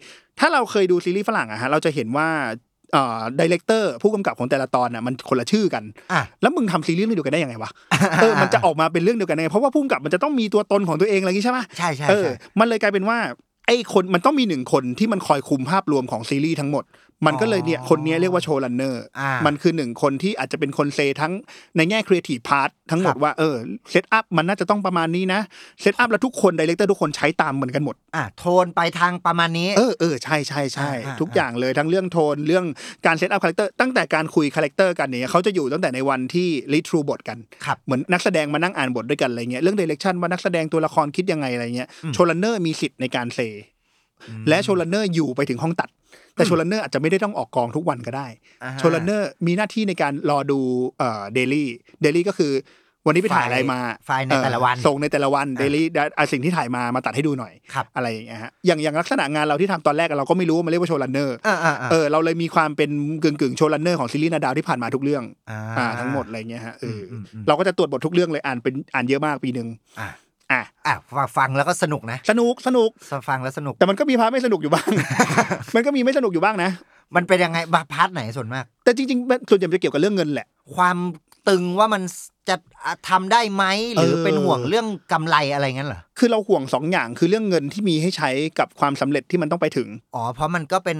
C: ถ้าเราเคยดูซีรีส์ฝรั่งอะฮะ เราจะเห็นว่าเอ่อดีเลกเตอร์ผู้กำกับของแต่ละตอนน่ะมันคนละชื่อกัน
B: อ่ะ
C: แล้วมึงทำซีรีส์เรื่องเดียวกันได้ยังไงวะ เออ มันจะออกมาเป็นเรื่องเดียวกันได้ไงเพราะว่าผู้กำกับมันจะต้องมีตัวตนของตัวเองอะไรอย่างงี้ใช่ปะ
B: ใช่ใช่
C: เออ
B: ใช่
C: มันเลยกลายเป็นว่าไอ้คนมันต้องมีหนึ่งคนที่มันคอยคุมภาพรวมของซีรีส์ทั้งหมด มันก็เลยเนี่ย
B: อ๋อ
C: คนเนี้ยเรียกว่าโชว์รันเนอร์
B: อ่ามั
C: มันคือหนึ่งคนที่อาจจะเป็นคนเซทั้งในแง่ครีเอทีฟพาร์ททั้งหมด
B: ครับ
C: ว่าเออเซตอัพมันน่าจะต้องประมาณนี้นะ เซตอัพแล้วทุกคนดีเลกเตอร์ทุกคนใช้ตามเหมือนกันหมด
B: อ่ะโทนไปทางประมาณนี้
C: เออเออใช่ใช่ใช่
B: อ่าอ่า
C: ทุกอย่างเลยทั้งเรื่องโทนเรื่องการเซตอัพคาแรคเตอร์ตั้งแต่การคุยคาแรคเตอร์กันเนี่ยเขาจะอยู่ตั้งแต่ในวันที่รีทรูบทกัน
B: ครับ
C: เหมือนนักแสดงมานั่งอ่านบทด้วยกันอะไรเงี้ยเรื่องเดเรคชันว่านักแสดงตัวละครคิดยังไงอะไรเงี้ย
B: อืม
C: โชลันเนอร์มีสิทธิ์ในการเซ และโชลันเนอร์อยู่ไปถึงห้องตัด แต่โชลันเนอร์อาจจะไม่ได้ต้องออกกองทุกวันก็ได้
B: อ่าฮะ
C: โชลันเนอร์มีหน้าที่ในการรอดูเอ่อเดลี่เดลี่ก็คือวันนี้ไปถ่ายอะไรมา
B: ไฟล์ในแต่ละวัน
C: เออส่งในแต่ละวันเดลี่เอาสิ่งที่ถ่ายมามาตัดให้ดูหน่อย
B: ครับ
C: อะไรอย่างเงี้ยฮะอย่างอย่างลักษณะงานเราที่ทำตอนแรกอะเราก็ไม่รู้ว่ามันเรียกว่าโชว์รันเนอร์
B: อ่าอ่าอ่า
C: เออเราเลยมีความเป็นกึ่งกึ่งๆโชว์รันเนอร์ของซีรีส์นาดาวที่ผ่านมาทุกเรื่อง
B: อ่า
C: อ่าทั้งหมดอะไรเงี้ยฮะเอออ
B: มอืม
C: เราก็จะตรวจบททุกเรื่องเลยอ่านเป็นอ่านเยอะมากปีหนึ่ง
B: อ่ะ
C: อ่ะ
B: อ่ะฟังฟังแล้วก็สนุกนะ
C: สนุกสนุก
B: ฟังแล้วสนุก
C: แต่มันก็มีพาร์ทไม่สนุกอยู่บ้าง มันก็มีไม่สนุกอยู่บ้างนะ
B: มันเป็นยังไงบาพาร์ทไหนส่วนมาก
C: แต่จริงๆมันส่วนใหญ่มันจะเกี่ยวกับเรื่องเงินแหละ
B: ความตึงว่ามันจะอ่ะทำได้ไหมหรือ
C: เออ
B: เป็นห่วงเรื่องกำไรอะไรงั้นเหรอ
C: คือเราห่วงสองอย่างคือเรื่องเงินที่มีให้ใช้กับความสำเร็จที่มันต้องไปถึง
B: อ๋อ เพราะมันก็เป็น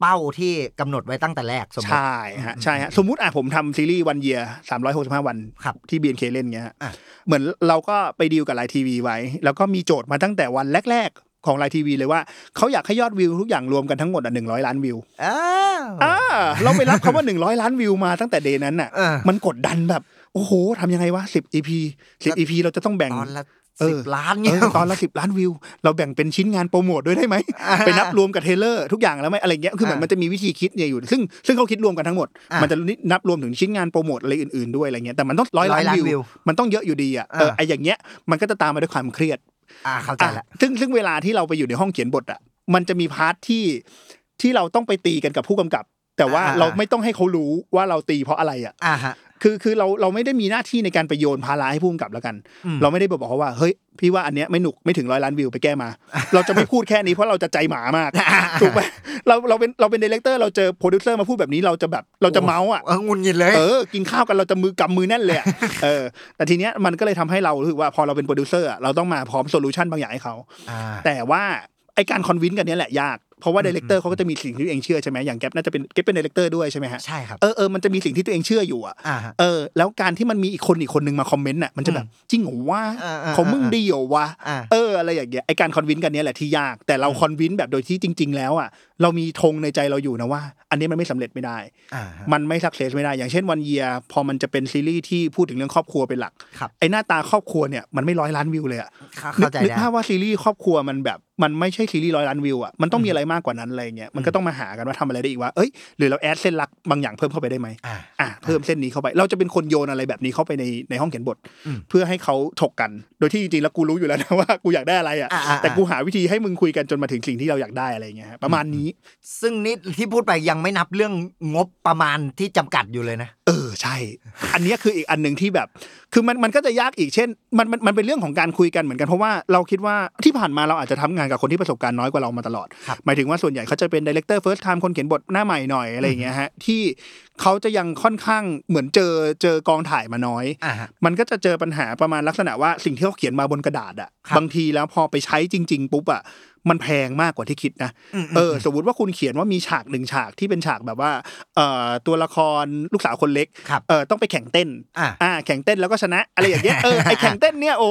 B: เป้าที่กำหนดไว้ตั้งแต่แรกสมมติ
C: ใช่ฮะใช่ฮะสมมุติอ่ะผมทำซีรีส์วันเยียสามร้อยหกสิบห้าวัน
B: ครับ
C: ที่ BNK เล่นเงี้ยฮะ
B: อ่ะ
C: เหมือนเราก็ไปดีลกับไลน์ทีวีไว้ แล้วก็มีโจทย์มาตั้งแต่วันแรก ๆ ของไลน์ทีวีเลยว่าเขาอยากให้ยอดวิวทุกอย่างรวมกันทั้งหมดอ่ะหนึ่งร้อยล้านวิว
B: อ้าว
C: อ่าเราไปรับคำว่าหนึ่งร้อยล้านวิวมาตั้งแต่เดย์นั้นอ่ะ
B: เออ
C: มันกดดันแบบโอ้โหทำยังไงวะสิบ EP สิบ EP เราจะต้องแบ่ง
B: ตอนละ
C: เอ
B: สิ
C: อ
B: บล้าน
C: เอ
B: เงี้ย
C: อตอนละสิบล้านวิว เราแบ่งเป็นชิ้นงานโปรโมทด้วยได้ ไหม ไปนับรวมกับเทรลเลอร์ทุกอย่างแล้วไหมอะไรเงี้ยคือเหมือน
B: อ่ามั
C: มันจะมีวิธีคิดเนี่ยอยู่ ซึ่งซึ่งเขาคิดรวมกันทั้งหมด
B: อ่ามั
C: มันจะนับรวมถึงชิ้นงานโปรโมทอะไรอื่นๆด้วยอะไรเงี้ยแต่มันต้องร้อย
B: ร้
C: ล้า
B: อย
C: น
B: ล้านวิ
C: วิ
B: ว
C: วมันต้องเยอะอยู่ดีอ่ะเออ
B: อ่า
C: ไออย่างเงี้ยมันก็จะตามมาด้วยความเครียด
B: อ่าเข้าใจละ
C: อ่ะซึ่งซึ่งเวลาที่เราไปอยู่ในห้องเขียนบทอ่ะมันจะมีพาร์ทที่ที่เราต้องไปตีกันกับผู้กำกับ แต่ว่า
B: อ่า
C: เราไม่ต้องให้เขารู้ว่าเราตีเพราะอะไรอ่ะ
B: อ่าฮะ
C: คือคือเราเราไม่ได้มีหน้าที่ในการไปโยนภาระให้พุ่มกับแล้วกัน
B: อืม
C: เราไม่ได้บอกเขาว่าเฮ้ยพี่ว่าอันเนี้ยไม่หนุกไม่ถึงร้อยล้านวิวไปแก้มา เราจะไม่พูดแค่นี้เพราะเราจะใจหมาม ากถูกไหมเราเราเป็นเราเป็นดีเลกเตอร์เราเจอโปรดิวเซอร์มาพูดแบบนี้เราจะแบบเราจะเมาส์อ่ะ
B: เอองุนงินเลย
C: เออ กินข้าวกันเราจะมือกำมือแน่นเลยอะ เออ แต่ทีเนี้ยมันก็เลยทำให้เรารู้สึกว่าพอเราเป็นโปรดิวเซอร์อะเราต้องมาพร้อมโซลูชันบางอย่างให้เขา แต่ว่าไอการคอนวินกันเนี้ยแหละยาก เพราะว่าดีเลกเตอร์เขาก็จะมีสิ่งที่ตัวเองเชื่อใช่ไหมอย่างแก๊ปน่าจะเป็นแก๊ปเป็นดีเลกเตอร์ด้วยใช่ไหมฮะ
B: ใช่ครับ
C: เออเออมันจะมีสิ่งที่ตัวเองเชื่ออยู่อะ
B: อ่าฮะ
C: เออ แล้วการที่มันมีอีกคนอีกคนนึงมาคอมเมนต์น่ะ มันจะแบบจริงเหรอวะ
B: อ่าอ่า
C: ของมึง
B: อ่า
C: ดีเหรอวะ
B: อ่า
C: เอออะไรอย่างเงี้ยไอการคอนวินกันเนี้ยแหละที่ยาก แต่เราคอนวินแบบโดยที่จริง ๆ แล้วอ่ะเรามีธงในใจเราอยู่นะว่า อันนี้มันไม่สำเร็จไม่ได้
B: อ่าฮะ
C: มันไม่สักเซสไม่ได้ อย่างเช่นวันเยียพอมันจะเป็นซีรีส์ที่พูดถึงเรื่องครอบครัวเป็นหลัก
B: ครับ
C: ไอหน้าตาครอบครัวเนี่ยมันไม่ร้อยล้านวิวเลยอะ
B: เข้า
C: นึ
B: เข้าก ใจ
C: นึก
B: ได้
C: ภาพว่าซีรีส์ครอบครัวมันแบบมันไม่ใช่ซีรีส์ร้อยล้านวิวอะมันต้องมีอะไรมากกว่านั้นอะไรเงี้ย มันก็ต้องมาหากันว่าทำอะไรได้อีกว่า เอ้ยหรือเราแอดเส้นลักบางอย่างเพิ่มเข้าไปได้ไหม
B: อ่า
C: อ่ะเพิ่มเส้นนี้เข้าไป เราจะเป็นคนโยนอะไรแบบนี้เข้าไปในในห้องเขียนบท
B: อืม
C: เพื่อให้เขาถกกัน โดยที่จริงๆแล้วกูรู้อยู่แล้วนะว่ากูอยากได้อะไรอะ
B: อ่าอ่า
C: แต่กูหาวิธีให้มึงคุยกันจนมาถึงสิ่งที่เราอยากได้อะไรเงี้ยฮะประมาณนี้
B: ซึ่งนี่ที่พูดไปยังไม่นับเรื่องงบประมาณที่จำกัดอยู่เลยนะ
C: เออใช่ อันเนี้ยคืออีกอันหนึ่งที่แบบ คือมันมันก็จะยากอีกเช่นมันมันมันเป็นเรื่องของการคุยกันเหมือนกันเพราะว่าเราคิดว่าที่ผ่านมาเราอาจจะทำงานกับคนที่ประสบการณ์น้อยกว่าเรามาตลอด
B: ครับ
C: หมายถึงว่าส่วนใหญ่เขาจะเป็นดีเลกเตอร์เฟิร์สไทม์คนเขียนบทหน้าใหม่หน่อยอะไรอย่างเงี้ยฮะที่เขาจะยังค่อนข้างเหมือนเจอเจอกองถ่ายมาน้อย
B: อ่าฮะ
C: มันก็จะเจอปัญหาประมาณลักษณะว่าสิ่งที่เขาเขียนมาบนกระดาษอะ
B: ครับ
C: บางทีแล้วพอไปใช้จริง ๆ ปุ๊บอะมันแพงมากกว่าที่คิดนะ
B: มม
C: เออสมมติว่าคุณเขียนว่ามีฉากหนึ่งฉากที่เป็นฉากแบบว่าเอ่อตัวละครลูกสาวคนเล็ก
B: ครับ
C: เออต้องไปแข่งเต้น
B: อ่า
C: อ่าแข่งเต้นแล้วก็ชนะอะไรอย่างเงี้ยเอ อไอแข่งเต้นเนี่ยโอ้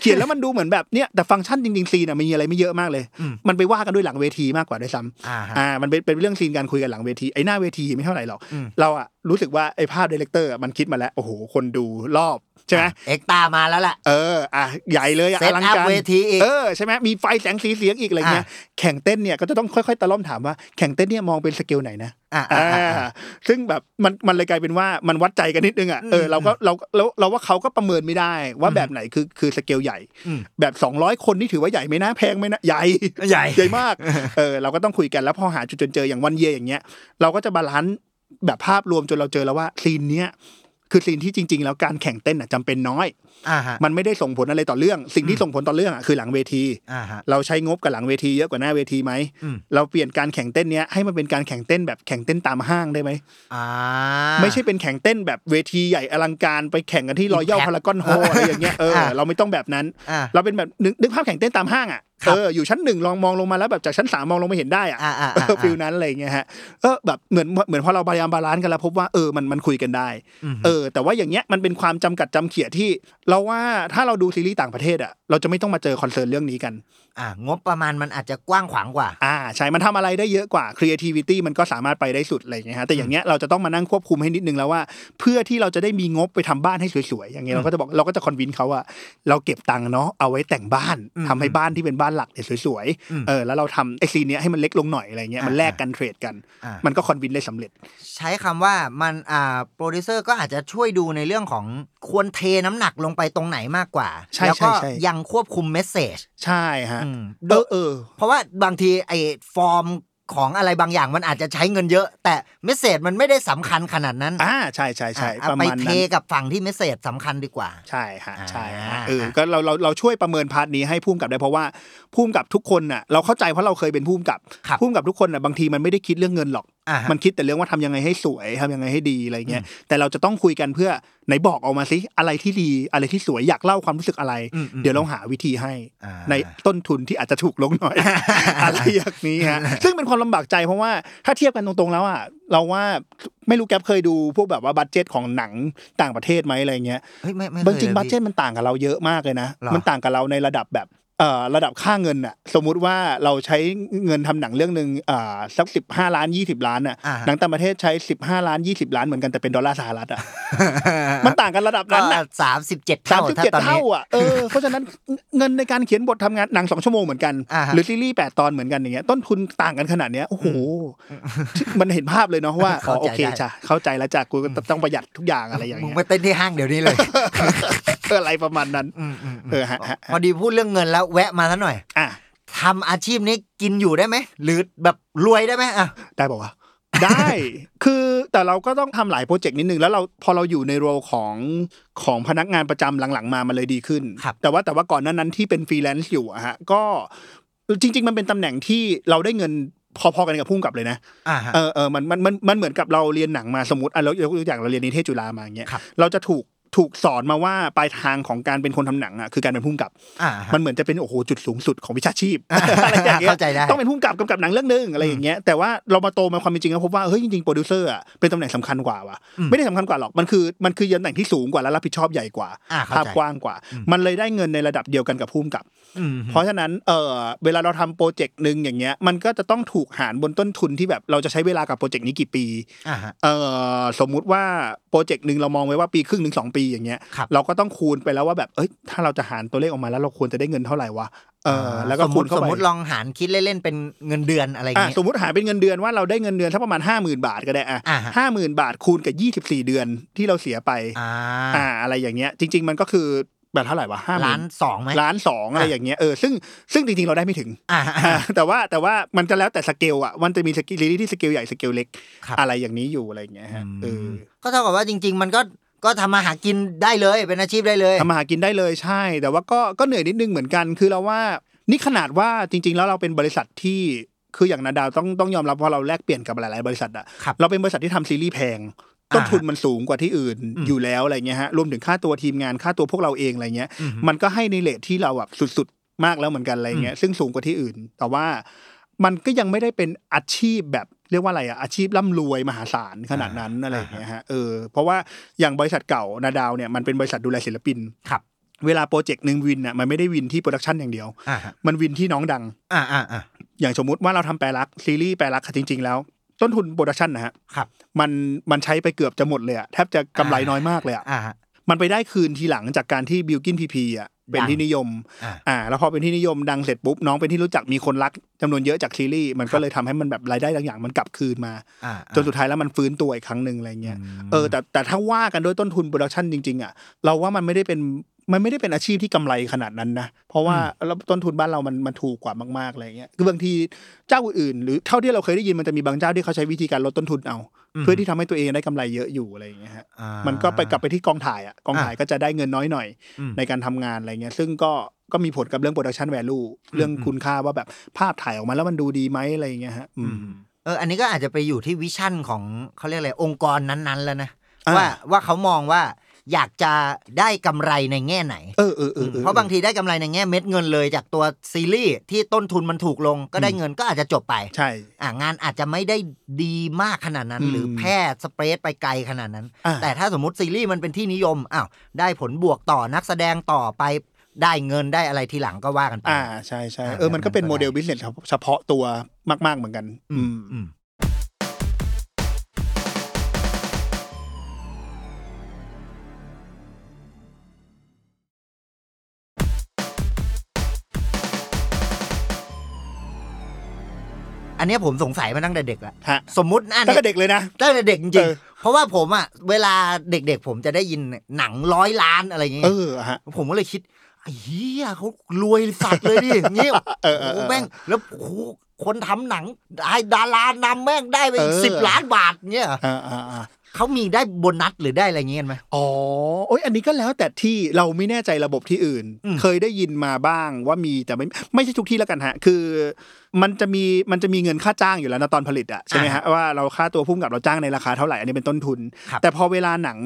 C: เขียนแล้วมันดูเหมือนแบบเนี่ยแต่ฟังก์ชันจริงๆซีนอ่ะมันมีอะไรไม่เยอะมากเลย
B: อืม
C: มันไปว่ากันด้วยหลังเวทีมากกว่าด้วยซ้ำ
B: อ่าฮะ
C: อ่ามันเป็นเป็นเรื่องซีนการคุยกันหลังเวทีไอหน้าเวทีไม่เท่าไหร่หรอก
B: อืม
C: เราอะรู้สึกว่าไอภาพดีเลกเตอร์มันคิดมาแล้วโอ้โหคนดูรอบใช่ไหม
B: เอ็กซ์ตามาแล้วแหละ
C: เอออ่ะใหญ่เลยอะ
B: เซ
C: อ
B: ต
C: ลัง
B: อัพ
C: การ
B: เวทีอีก
C: เออใช่ไหมมีไฟแสงสีเสียงอีกอะไรเงี้ยแข่งเต้นเนี่ยก็จะต้องค่อยๆตะล่อมถามว่าแข่งเต้นเนี่ยมองเป็นสเกลไหนนะ
B: อ่า
C: อ่า
B: อ่าอ่า
C: ซึ่งแบบมันมันเลยกลายเป็นว่ามันวัดใจกันนิดนึงอ่ะเออ
B: อืม
C: เราก็เราเราเราว่าเขาก็ประเมินไม่ได้ว่า
B: อืม
C: แบบไหนคือคือสเกลใหญ่
B: อืม
C: แบบ 200 คนนี่ถือว่าใหญ่ไหมนะแพงไหมนะใหญ่
B: ใหญ่
C: ใหญ่มากเออเราก็ต้องคุยกันแล้วพอหาจุดจนเจออย่างวันเยอย่างเงี้ยเราก็จะบาลานซ์แบบภาพรวมจนเราเจอแล้วว่าซีนเนี้ยคือซีนที่จริง ๆ แล้วการแข่งเต้นอ่ะจำเป็นน้อย
B: อ่าฮะ
C: มันไม่ได้ส่งผลอะไรต่อเรื่อง สิ่งที่ส่งผลต่อเรื่องอ่ะคือหลังเวที
B: อ่าฮะ
C: เราใช้งบกับหลังเวทีเยอะกว่าหน้าเวทีไหม
B: อืม
C: เราเปลี่ยนการแข่งเต้นเนี้ยให้มันเป็นการแข่งเต้นแบบแข่งเต้นตามห้างได้ไหม
B: อ่า
C: ไม่ใช่เป็นแข่งเต้นแบบเวทีใหญ่อลังการไปแข่งกันที่รอยย่
B: Impact
C: พารากอนโฮอะไรอย่า งเงี้ย เออ
B: อ่า
C: เราไม่ต้องแบบนั้น
B: อ่า
C: เราเป็นแบบนึกนึกภาพแข่งเต้นตามห้างอ่ะ
B: ครับ
C: เออ อยู่ชั้นหนึ่งลองมองลงมาแล้วแบบจากชั้นสามมองลงมาเห็นได้อ่ะ
B: อ่าอ่า
C: เอ
B: อ่า
C: อฟิลนั้นอะไรอย่างเงี้ยฮะเออแบบเหมือนเหมือนพอเราพยายามบาลานซ์กันแล้วพบว่าเออมันมันคุยกันได้
B: อืม
C: เออ แต่ว่าอย่างเงี้ยมันเป็นความจำกัดจำเขียที่ เราว่าถ้าเราดูซีรีส์ต่างประเทศอ่ะเราจะไม่ต้องมาเจอคอนเซิร์นเรื่องนี้กัน
B: อ่างบประมาณมันอาจจะกว้างขวางกว่า
C: อ่าใช่ มันทำอะไรได้เยอะกว่า creativity มันก็สามารถไปได้สุดอะไรอย่างเงี้ยฮะแต่อย่างเงี้ยเราจะต้องมานั่งควบคุมให้นิดนึงแล้วว่า เพื่อที่เราจะได้มีงบไปทำบ้านให้สวยๆอย่างเงี้ยเราก็จะบอกเราก็จะคอนวินเขาว่า เราเก็บตังค์เนาะเอาไว้แต่งบ้าน
B: อืม
C: ทำให้บ้านที่เป็นบ้านหลักเนี่ยสวย
B: อืม
C: ๆเออแล้วเราทำไอซีนเนี้ยให้มันเล็กลงหน่อยอะไรเงี้ยมัน
B: อ่า
C: แลกกันเทรดกัน
B: อ่า
C: มันก็คอนวินได้สำเร็จ
B: ใช้คำว่ามันอ่าโปรดิวเซอร์ก็อาจจะช่วยดูในเรื่องของควรเทน้ำหนักลงไปตรงไหนมากกว่า
C: ใช่
B: แล้วก็
C: ใช่ใช่
B: ยังควบคุมเมสเซจ
C: ใช่ฮะ
B: อืม
C: เออเออ
B: เพราะว่าบางทีไอ้ฟอร์มของอะไรบางอย่างมันอาจจะใช้เงินเยอะ แต่เมสเซจมันไม่ได้สำคัญขนาดนั้น
C: อ่าใช่ใช่ใช่
B: อ่ะเอา
C: ประ
B: ไป
C: มาณ
B: เท
C: นั้น
B: กับฝั่งที่เมสเซจสำคัญดีกว่า
C: ใช่ฮะใช่ฮะ
B: อ่า
C: เออก็เราเราเราช่วยประเมินพาร์ทนี้ให้พุ่มกับได้เพราะว่าพุ่มกับทุกคนน่ะเราเข้าใจเพราะเราเคยเป็นพุ่มกับ
B: ครับ
C: พุ่มกับทุกคนน่ะบางทีมันไม่ได้คิดเรื่องเงินหรอก
B: อ่าฮะ
C: มันคิดแต่เรื่องว่าทำยังไงให้สวยทำยังไงให้ดีอะไรเงี้ยแต่เราจะต้องคุยกันเพื่อไหนบอกออกมาสิอะไรที่ดีอะไรที่สวยอยากเล่าความรู้สึกอะไร
B: อืมอืม
C: เดี๋ยวเราหาวิธีให้
B: อ่า
C: ในต้นทุนที่อาจจะถูกลงหน่อย อะไรอย่างนี้ฮะซึ่งเป็นความลำบากใจเพราะว่าถ้าเทียบกันตรงๆแล้วอ่ะเราว่าไม่รู้แก๊ปเคยดูพวกแบบว่าบัตเจตของหนังต่างประเทศไหมอะไรเงี้ย
B: เฮ้ยไม่ไม่
C: บางจริง
B: ลย
C: บัตเจ
B: พี่
C: ตมันต่างกับเราเยอะมากเลยนะ
B: หรอ
C: มันต่างกับเราในระดับแบบเอ่อระดับค่าเงินอ่ะสมมุติว่าเราใช้เงินทำหนังเรื่องหนึ่งเอ่อสักสิบห้าล้านยี่สิบล้านอ่ะ
B: อ่า
C: หนังต่างประเทศใช้ 15 ล้าน 20 ล้านเหมือนกันแต่เป็นดอลลาร์สหรัฐอ่ะ มันต่างกันระดับนั้นอ่ะ
B: สามสิบเจ็ด
C: สาม
B: เท่า
C: สิบ
B: ถ้า
C: เจ็ด
B: ตอนนี้
C: เท่าอ่ะ เออ เพราะฉะนั้นเงินในการเขียนบททำงานหนังสองชั่วโมงเหมือนกัน
B: อ่าฮะ
C: หรือซีรีส์แปดตอนเหมือนกันอย่างเงี้ยต้นทุนต่างกันขนาดเนี้ยโอ้โห มันเห็นภาพเลยเนาะว่าอ๋
B: เข้าใจ
C: อโอเค
B: ได้
C: จ้ะเข้าใจแล้วจ้ะกูต้องประหยัดทุกอย่างอะไรอย่าง
B: มึง
C: เงี้ย
B: ไปเต้นที่ห้างเดี๋ยวนี้เลย
C: เอออะไรประมาณนั้น
B: อืมอืมอืม
C: เออฮะฮะ
B: พอดีพูดเรื่องเงินแล้วแวะมาซะหน่อย
C: อ่ะ
B: ทำอาชีพนี้กินอยู่ได้ไหม หรือแบบรวยได้ไหมอ่ะ
C: ได้บอกว่าวะ ได้ คือแต่เราก็ต้องทำหลายโปรเจกต์นิดนึง แล้วเราพอเราอยู่ในโรลของของพนักงานประจำหลังๆมามันเลยดีขึ้น
B: ครับ
C: แต่ว่าแต่ว่าก่อนหนั้นนั้นที่เป็นฟรีแลนซ์อยู่อะฮะ ก็จริง ๆ มันเป็นตำแหน่งที่เราได้เงินพอๆกันกับพุ่มกับเลยนะ
B: ่าฮะ
C: เออเออมันมันมันมันเหมือนกับเราเรียนหนังมาสมมติอ่ะเรายกตัวอย่างเราเรียนนิเทศจุฬามาอย่างเงี้ย
B: ครับ
C: เราจะถูกถูกสอนมาว่าปลายทางของการเป็นคนทำหนังอ่ะคือการเป็นผู้กำกับ
B: อ่าฮะ
C: มันเหมือนจะเป็นโอ้โหจุดสูงสุดของวิชาชี พ
B: อ่า
C: อะไรอย่างเงี้ย
B: เข้าใจได้
C: ต้องเป็นผู้กำกับกำกับหนังเรื่องหนึงอะไรอย่างเงี้ยแต่ว่าเรามาโตมาความเป็นจริงแล้วพบว่าเฮ้ยจริงๆโปรดิวเซอร์อ่ะเป็นตำแหน่งสำคัญกว่าว่ะ
B: อืม
C: ไม่ได้สำคัญกว่าหรอกมันคือมันคือตำแหน่งที่สูงกว่าและรับผิดชอบใหญ่กว่า
B: อ่าเข้าใจ
C: ภาพกว้างกว่า มันเลยได้เงินในระดับเดียวกันกับผู้กำกับ
B: อืม
C: เพราะฉะนั้น เออเวลาเราทำโปรเจกต์หนึ่งอย่างเงี้ย มันก็จะต้องถูกหารบนต้นทุนที่แบบเราจะใช้เวลากับโปรเจกต์นี้กี่ปี
B: อ่าฮะ
C: เออสมมุติว่าโปรเจกต์หนึ่งเรามองไว้ว่าปีครึ่งหนึ่งสองปีอย่างเงี้ย
B: ครับ
C: เราก็ต้องคูณไปแล้วว่าแบบ เอ้ย ถ้าเราจะหารตัวเลขออกมาแล้วเราควรจะได้เงินเท่าไหร่วะ เออา แล้วก็
B: สมม
C: คูณ
B: ติ
C: เข้า
B: สม
C: ไป
B: มติลองหารคิดเล่นๆเป็นเงินเดือนอะไรอย่าง
C: อ่ะ
B: เงี้ย
C: สมมติหารเป็นเงินเดือนว่าเราได้เงินเดือนสักประมาณห้าหมื่นบาทก็ได้อ่ะ
B: อ่าฮะ
C: ห้าหมื่นบาทคูณกับยี่สิบสี่เดือนที่เราเสียไป
B: อ่า
C: อ่า อะไรอย่างเงี้ย จริง ๆ มันก็คือแบบเท่าไหร่วะห้าห
B: ล้าน
C: มื่น
B: สองไหม
C: ล้านสองอะไรอย่างเงี้ย เออ ซึ่งซึ่งจริงๆ เราได้ไม่ถึง
B: อ่า
C: อ่า แต่ว่าแต่ว่ามันจะแล้วแต่สเกลอ่ะมันจะมีสเกลที่สเกลใหญ่สเกลเล็ก
B: ครับ
C: อะไรอย่างนี้อยู่อะไรอย่างเงี้ยฮะเออ
B: ก็เท่ากับว่าจริง ๆ มันก็ก็ทำมาหากินได้เลยเป็นอาชีพได้เลย
C: ทำมาหากินได้เลยใช่ แต่ว่าก็ก็เหนื่อยนิดนึงเหมือนกัน คือเราว่านี่ขนาดว่าจริง ๆ แล้วเราเป็นบริษัทที่คืออย่างนาดาวต้องต้องยอมรับว่าเราแลกเปลี่ยนกับหลาย ๆ บริษัทอ่ะ
B: ครับ
C: เราเป็นบริษัทที่ทำซีรีส์แพงต้นทุนมันสูงกว่าที่อื่น
B: อืม
C: อยู่แล้วอะไรเงี้ยฮะรวมถึงค่าตัวทีมงานค่าตัวพวกเราเองอะไรเงี้ย
B: อืม
C: มันก็ให้ในเลทที่เราแบบสุดๆ มากแล้วเหมือนกันอะไรเงี้ยซึ่งสูงกว่าที่อื่น แต่ว่ามันก็ยังไม่ได้เป็นอาชีพแบบเรียกว่าอะไรอะอาชีพร่ำรวยมหาศาลขนาดนั้นอะไรอย่างเงี้ยฮะเออเพราะว่าอย่างบริษัทเก่านาดาวเนี่ยมันเป็นบริษัทดูแลศิลปิน
B: ครับ
C: เวลาโปรเจกต์หนึ่งวินน่ะมันไม่ได้วินที่โปรดักชันอย่างเดียว
B: อ่าฮะ
C: มันวินที่น้องดัง
B: อ่าอ่าอ่า
C: อย่างสมมุติว่าเราทำแปลรักซีรีส์แปลรักค่ะจริง ๆ แล้ว ต้นทุนโปรดักชันนะฮะ
B: ครับ
C: มันมันใช้ไปเกือบจะหมดเลยอะแทบจะกำไรน้อยมากเลยอะ
B: อ่าฮะ
C: มันไปได้คืนทีหลังจากการที่บิลกินพีพีอ่ะเป็น
B: ดัง
C: ที่นิยม
B: อ่า
C: อ่าแล้วพอเป็นที่นิยมดังเสร็จปุ๊บน้องเป็นที่รู้จักมีคนรักจำนวนเยอะจากซีรีส์มันก็เลยทำให้มันแบบรายได้บางอย่างมันกลับคืนมา
B: อ่า
C: จนสุดท้ายแล้วมันฟื้นตัวอีกครั้งหนึ่งอะไรเงี้ย
B: ม
C: เออแต่แต่ถ้าว่ากันด้วยต้นทุนโปรดักชันจริงๆอ่ะเราว่ามันไม่ได้เป็นมันไม่ได้เป็นอาชีพที่กำไรขนาดนั้นนะเพราะว่าต้นทุนบ้านเรามันมันถูกกว่ามากๆอะไรเงี้ยคือบางทีเจ้าอื่นๆหรือเท่าที่เราเคยได้ยินมันจะมีบางเจ้าที่เขาใช้วิธีการลดต้นทุนเอา เพื่อที่ทำให้ตัวเองได้กำไรเยอะอยู่อะไรเงี้ยฮะ
B: อ่า
C: มันก็ไปกลับไปที่กองถ่ายอ่ะกองถ่ายก็จะได้เงินน้อยหน่อย
B: อืม
C: ในการทำงานอะไรเงี้ย ซึ่งก็ก็มีผลกับเรื่องโปรดักชันแวลูเรื่องคุณค่าว่าแบบภาพถ่ายออกมาแล้วมันดูดีไหมอะไรเงี้ยฮะอืม
B: อืม เอออันนี้ก็อาจจะไปอยู่ที่วิชั่นของเขาเรียกอะไรองค์กรนั้นๆแล้วนะ
C: อ่า
B: ว่าว่าเขามองว่าอยากจะได้กำไรในแง่ไหน
C: เออเออเออออ
B: เพราะบางทีได้กำไรในแง่เม็ดเงินเลยจากตัวซีรีส์ที่ต้นทุนมันถูกลงก็ได้เงินก็อาจจะจบไป
C: ใช่
B: อ่ะงานอาจจะไม่ได้ดีมากขนาดนั้น
C: อืม
B: หรือแพร่สเปรดไปไกลขนาดนั้น
C: อ่ะ
B: แต่ถ้าสมมติซีรีส์มันเป็นที่นิยมอ้าวได้ผลบวกต่อนักแสดงต่อไปได้เงินได้อะไรทีหลังก็ว่ากันไป
C: อ่าใช่ใช่
B: อ่ะ
C: เออมันก็เป็น
B: แบบนั้นก็
C: โมเดล
B: ได้
C: บิสเนสเฉพาะตัวมากๆเหมือนกัน อืม
B: อืมอันเนี้ยผมสงสัยมาตั้งแต่เด็กแล้ว
C: ฮะ
B: สมมุตินะอัน
C: ตั้ง
B: เนี้ย
C: แต่เด็กเลยนะ
B: ตั้งแต่เด็กจ
C: เอ
B: ริง
C: อ
B: ๆเพราะว่าผมอ่ะเวลาเด็กๆ ผมจะได้ยินหนังร้อยล้านอะไรอย่างเงี้
C: เอย อฮะ
B: ผมก็เลยคิดไอ้เหี้ยเขารวยสัตว์เลยดิ อย่างเงี้ย
C: เออเออ
B: โอ้โห
C: เออ
B: แม่งแล้วโอ้โหคนทำหนังได้ดารานำแม่งได้ไป
C: เออ
B: สิบล้านบาทเงี้ย
C: อ่าอ่าอ่า
B: เขามีได้โบนัสหรือได้อะไรเงี้ยกันไหม
C: อ๋อโอ้ยอันนี้ก็แล้วแต่ที่เราไม่แน่ใจระบบที่อื่น
B: อืม
C: เคยได้ยินมาบ้างว่ามีแต่ไม่ไม่ใช่ทุกที่แล้วกันฮะ คือ มันจะมีมันจะมีเงินค่าจ้างอยู่แล้วนะตอนผลิตอะใช่ไหมฮะว่าเราค่าตัวพุ่มกับเราจ้างในราคาเท่าไหร่อันนี้เป็นต้นทุน
B: ครับ
C: แต่พอเวลาหนัง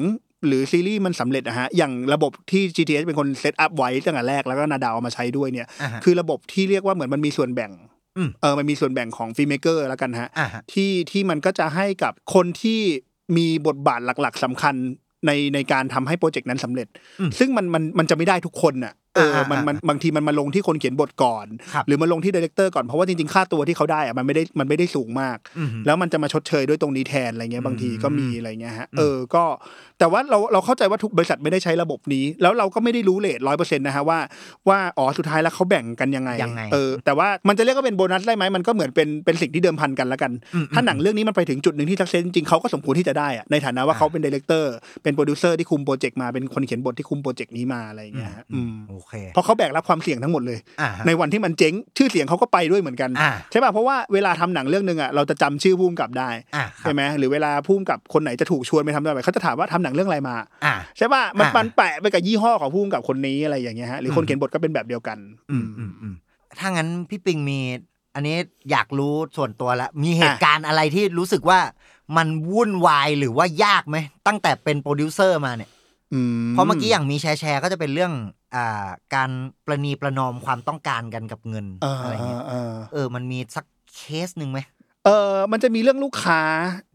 C: หรือซีรีส์มันสำเร็จอะฮะอย่างระบบที่ GTS เป็นคนเซตอัพไว้ตั้งแต่แรกแล้วก็นาดาวเอามาใช้ด้วยเนี่ย
B: อ่าฮะ
C: คือระบบที่เรียกว่าเหมือนมันมีส่วนแบ่ง
B: อืม
C: เออมันมีส่วนแบ่งของฟิเมเกอร์แล้วกันฮะ
B: อ่าฮะ
C: ที่ที่มันก็จะให้กับคนที่มีบทบาทหลัก ๆสำคัญในในการทำให้โปรเจกต์นั้นสำเร็จ
B: อืม
C: ซึ่งมันมันมันจะไม่ได้ทุกคนน่ะเออ
B: อ่า
C: มันมันบางทีมันมาลงที่คนเขียนบทก่อน
B: ครับ
C: หรือมาลงที่ดีเลกเตอร์ก่อนเพราะว่าจริงๆค่าตัวที่เขาได้อะมันไม่ได้มันไม่ได้สูงมาก
B: อืม
C: แล้วมันจะมาชดเชยด้วยตรงนี้แทนอะไรเงี้ยบางทีก็มี
B: อืม
C: อะไรเงี้ยฮะ
B: อืม
C: เออก็แต่ว่าเราเราเข้าใจว่าทุกบริษัทไม่ได้ใช้ระบบนี้ แล้วเราก็ไม่ได้รู้เลทร้อยเปอร์เซ็นต์นะฮะว่าว่าอ๋อสุดท้ายแล้วเขาแบ่งกันยังไง
B: ยังไง
C: เออแต่ว่ามันจะเรียกว่าเป็นโบนัสได้ไหมมันก็เหมือนเป็นเป็นสิ่งที่เดิมพันกันละกัน
B: อืม
C: ถ้าหนังเรื่องนี้มันไปถึงจุดหนึ่งที่ทักเซนจริงๆเขาก็สมควรที่จะได้อะในฐานะว่าเขาเป็นดีเลกเตอร์เป็นโปรดิวเซอร์ที่คุมโปรเจกต์มาเป็นคนเขียนบทที่คุมโปรเจกต์นี้มาอะไรเงี้ยฮะ
B: อื
C: อื
B: ม
C: ม
B: โอ้ เค
C: เพราะเขาแบกรับความเสี่ยงทั้งหมดเลย
B: อ่าฮะ
C: ในวันที่มันเจ๊งชื่อเสียงเขาก็ไปด้วยเหมือนกัน
B: อ่า
C: ใช่ป่ะเพราะว่าเวลาทำหนังเรื่องหนึ่งอ่ะเราจะจำชื่อผู้กำกับได้
B: อ่าครับ
C: ใช่ไหมหรือเวลาผู้กำกับคนไหนจะถูกชวนไปทำอะไรเขาจะถามว่าทำหนังเรื่องอะไรมา
B: อ่า
C: ใช่ป่ะมัน
B: อ่ามั
C: ปันแปะไปกับยี่ห้อของผู้กำกับคนนี้อะไรอย่างเงี้ยฮะหรืออ
B: ม
C: คนเขียนบทก็เป็นแบบเดียวกัน
B: อืมอืมอืมถ้างั้นพี่ปิงมี อันนี้อยากรู้ส่วนตัวละ มีเหตุการณ์อะไรที่รู้สึกว่ามันวุ่นวายหรือว่ายากไหม ตั้งแต่เป็นโปรดิวเซอร์มาเนี่ย
C: อื
B: เพราะเมื่อกี้อย่างมีแชร์แชร์ก็จะเป็นเรื่องอ่าการประนีประนอมความต้องการกันกับเงิน
C: เออ
B: อะไรเงี้ย
C: เออ
B: เออ มันมีสักเคสหนึ่งไหม
C: เออมันจะมีเรื่องลูกค้า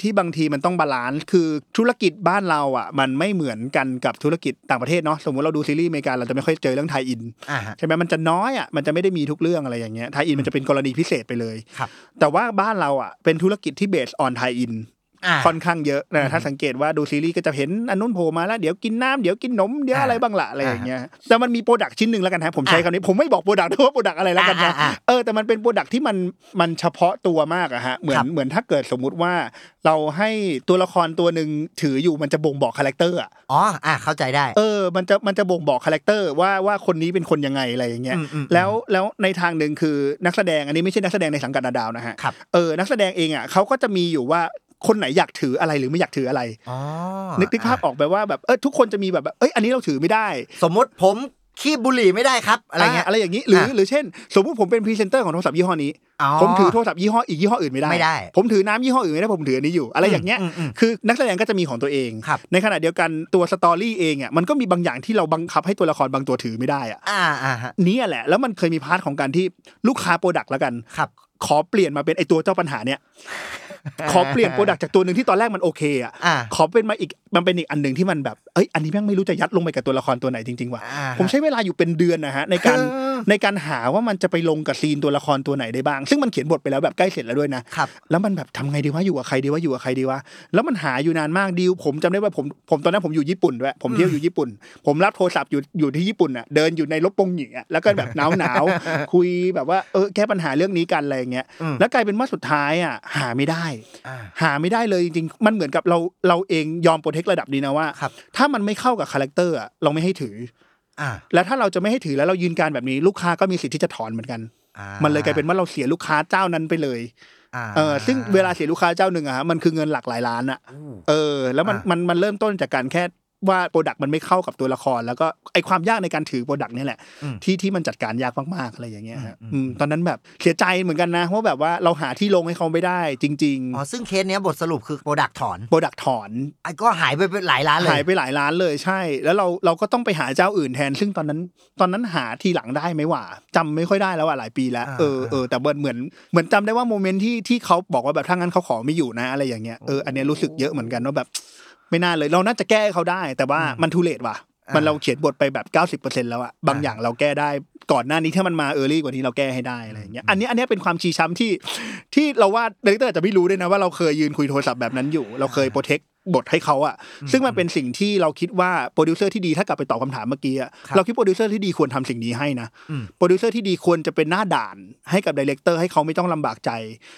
C: ที่บางทีมันต้องบาลานซ์ คือธุรกิจบ้านเราอ่ะ มันไม่เหมือนกันกับธุรกิจต่างประเทศเนาะ สมมติเราดูซีรีส์อเมริกาเราจะไม่ค่อยเจอเรื่องไทยอิน
B: อ่าฮะ
C: ใช่ไหมมันจะน้อยอ่ะ มันจะไม่ได้มีทุกเรื่องอะไรอย่างเงี้ย ไทยอินมันจะเป็นกรณีพิเศษไปเลย
B: ครับ
C: แต่ว่าบ้านเราอ่ะ เป็นธุรกิจที่เบสออนไทยอิน
B: อ่า
C: ค่อนข้างเยอะนะถ้าสังเกตว่าดูซีรีส์ก็จะเห็นอันนู้นโผล่มาแล้วเดี๋ยวกินน้ำเดี๋ยวกินนมเดี๋ยวอะไรบ้างละอะไรอย่างเงี้ยแต่มันมีโปรดักชิ้นหนึ่งแล้วกันฮะผมใช้คำนี้ผมไม่บอกโปรดักว่าโปรดักอะไรแล้วกันนะ
B: อ่าอ่าอ่า
C: เออแต่มันเป็นโปรดักที่มันมันเฉพาะตัวมากอะฮะเหมือ
B: ครั
C: น
B: บ
C: เหมือนถ้าเกิดสมมุติว่า เราให้ตัวละครตัวหนึ่งถืออยู่มันจะบ่งบอกคาแรคเตอร์อะ
B: อ๋อ อ่า เข้าใจได้
C: เออมันจะมันจะบ่งบอกคาแรคเตอร์ว่าว่าคนนี้เป็นคนยังไงอะไรอย่างเงี้ย
B: อืมอืมอืม
C: แล้วแล้วในทางหนึ่งคือนักแสดงอันนี้ไม่ใช่นักแสดงในสังกัดนาดาวนะฮะ
B: ครับ
C: เออนักแสดงเองอะเขาก็จะมีอยู่ว่าคนไหนอยากถืออะไรหรือไม่อยากถืออะไร
B: อ๋อ
C: นึกนึกภาพออกไปว่าแบบเออทุกคนจะมีแบบแบบเอ้ยอันนี้เราถือไม่ได้
B: ะสมมติผมขี้บุหรี่ไม่ได้ครับ อะไรเงี้ย
C: าอะไรอย่างนี้หรืออา หรือเช่น สมมุติผมเป็นพรีเซนเตอร์ของโทรศัพท์ยี่ห้อนี้
B: อ๋อ
C: ผมถือโทรศัพท์ยี่ห้ออีกยี่ห้ออื่นไม่ได้
B: ไม่ได้
C: ผมถือน้ำยี่ห้ออื่นไม่ได้ผมถืออันนี้อยู่ อะไรอย่างเงี้ย
B: อืมอืมอืม
C: คือนักแสดงก็จะมีของตัวเอง
B: ครับ
C: ในขณะเดียวกันตัวสตอรี่เองอ่ะมันก็มีบางอย่างที่เราบังคับให้ตัวละครบางตัวถือไม่ได้อ่ะ
B: อ่าอ่าฮะ
C: เนี่ยแหละแล้วมันเคยมีพาร์ทของการที่ลูกค้าโปรดักต์แล้วกัน
B: ครับ
C: ขอเปลี่ยนมาเป็นไอตัวเจ้าปัญหา เนี่ย ขอเปลี่ยนโปรดักต์จากตัวหนึ่งที่ตอนแรกมันโอเคอ่ะ
B: อ่า
C: ขอเป็นมาอีกมันเป็นอีกอันหนึ่งที่มันแบบเอ้ยอันนี้แม่งไม่รู้จะยัดลงไปกับตัวละครตัวไหนจริงๆว่ะ
B: อ่าฮะ
C: ผมใช้เวลาอยู่เป็นเดือนนะฮะในการ
B: เออ
C: ในการหาว่ามันจะไปลงกับซีนตัวละครตัวไหนได้บ้าง ซึ่งมันเขียนบทไปแล้วแบบใกล้เสร็จแล้วด้วยนะครับ แล้วมันแบบทำไงดีว่าอยู่กับใครดีว่าอยู่กับใครดีว่าแล้วมันหาอยู่นานมากดิวผมจำได้ว่าผมผมตอนนั้นผมอยู่ญี่ปุ่นด้วยผมเที่ยวอยู่ญี่ปุ่น ผมรับโทรศัพท์อยู่อยู่ที่ญี่ปุ่นอ่ะเดินอยู่ในรถปงหญิงอ่ะแล้วก็แบบหนาวหนาวๆ คุยแบบว่าเออแก้ปัญหาเรื่องนี้กันอะไรอย่างเงี้ย
B: อืม
C: แล้วกลายเป็นว่าสุดท้ายอ่ะหาไม่ได้
B: อ่า
C: หาไม่ได้เลยจริงๆ มันเหมือนกับเราเราเองยอมโปรเทคระดับนี้นะว่า
B: ครับ
C: ถ้ามันไม่เข้ากับคาแรคเตอร์อะเราไม่ให้ถือ
B: อ่า
C: แล้วถ้าเราจะไม่ให้ถือแล้วเรายืนการแบบนี้ลูกค้าก็มีสิทธิ์ที่จะถอนเหมือนกัน
B: อ่า
C: มันเลยกลายเป็นว่าเราเสียลูกค้าเจ้านั้นไปเลย
B: อ่า
C: เออซึ่งเวลาเสียลูกค้าเจ้าหนึ่งอะฮะมันคือเงินหลักหลายล้านอะเออ แล้วมัน
B: อ่ามั
C: มันมันเริ่มต้นจากการแค่ว่าโปรดักต์มันไม่เข้ากับตัวละคร แล้วก็ไอความยากในการถือโปรดักต์นี่ยแหละ
B: อืม
C: ที่ที่มันจัดการยากมากๆอะไรอย่างเงี้ยฮะ
B: อืม
C: อืมตอนนั้นแบบเสียใจเหมือนกันนะว่าแบบว่าเราหาที่ลงให้เขาไม่ได้จริง
B: อ๋อ ซึ่งเคสเนี้ยบทสรุปคือโปรดักถอน
C: ๆ โปรดักต์ถอน
B: ไอ้ก็หายไปเป็นหลายล้านเลย
C: หายไปหลายร้านเลยใช่ แล้วเราเราก็ต้องไปหาเจ้าอื่นแทน ซึ่งตอนนั้นตอนนั้นหาทีหลังได้ไหมวะจำไม่ค่อยได้แล้วอะหลายปีแล้ว
B: อ่า
C: เออเออแต่เบิร์นเหมือนเหมือนจำได้ว่าโมเมนต์ที่ที่เขาบอกว่าแบบถ้างั้นเขาขอไม่อยู่นะอะไรอย่างเงี้ยเอออันเนี้ยรู้สึกเยอะเหมือนกันว่าแบบ ไม่น่าเลยเราน่าจะแก้ให้เขาได้ แต่ว่ามันทุเลศว่ะ
B: อ่ามั
C: มันเราเขียนบทไปแบบ 90%แล้วอะบาง
B: อ่า
C: อย่างเราแก้ได้ก่อนหน้านี้ถ้ามันมาเออรี่กว่านี้เราแก้ให้ได้อะไรอย่างเงี้ยอันเนี้ยอันเนี้ยเป็นความชีช้ำที่ ที่เราว่าดีเรคเตอร์อาจจะไม่รู้ด้วยนะว่าเราเคยยืนคุยโทรศัพท์แบบนั้นอยู่ เราเคยโปรเทคบทให้เขาอะซึ่งมันเป็นสิ่งที่เราคิดว่าโปรดิวเซอร์ที่ดีถ้ากลับไปตอบคำถามเมื่อกี้อะ
B: ครับ
C: เราคิดโปรดิวเซอร์ที่ดีควรทำสิ่งนี้ให้นะ
B: อืม
C: โปรดิวเซอร์ที่ดีควรจะเป็นหน้าด่านให้กับดีเรคเตอร์ให้เขาไม่ต้องลำบากใจ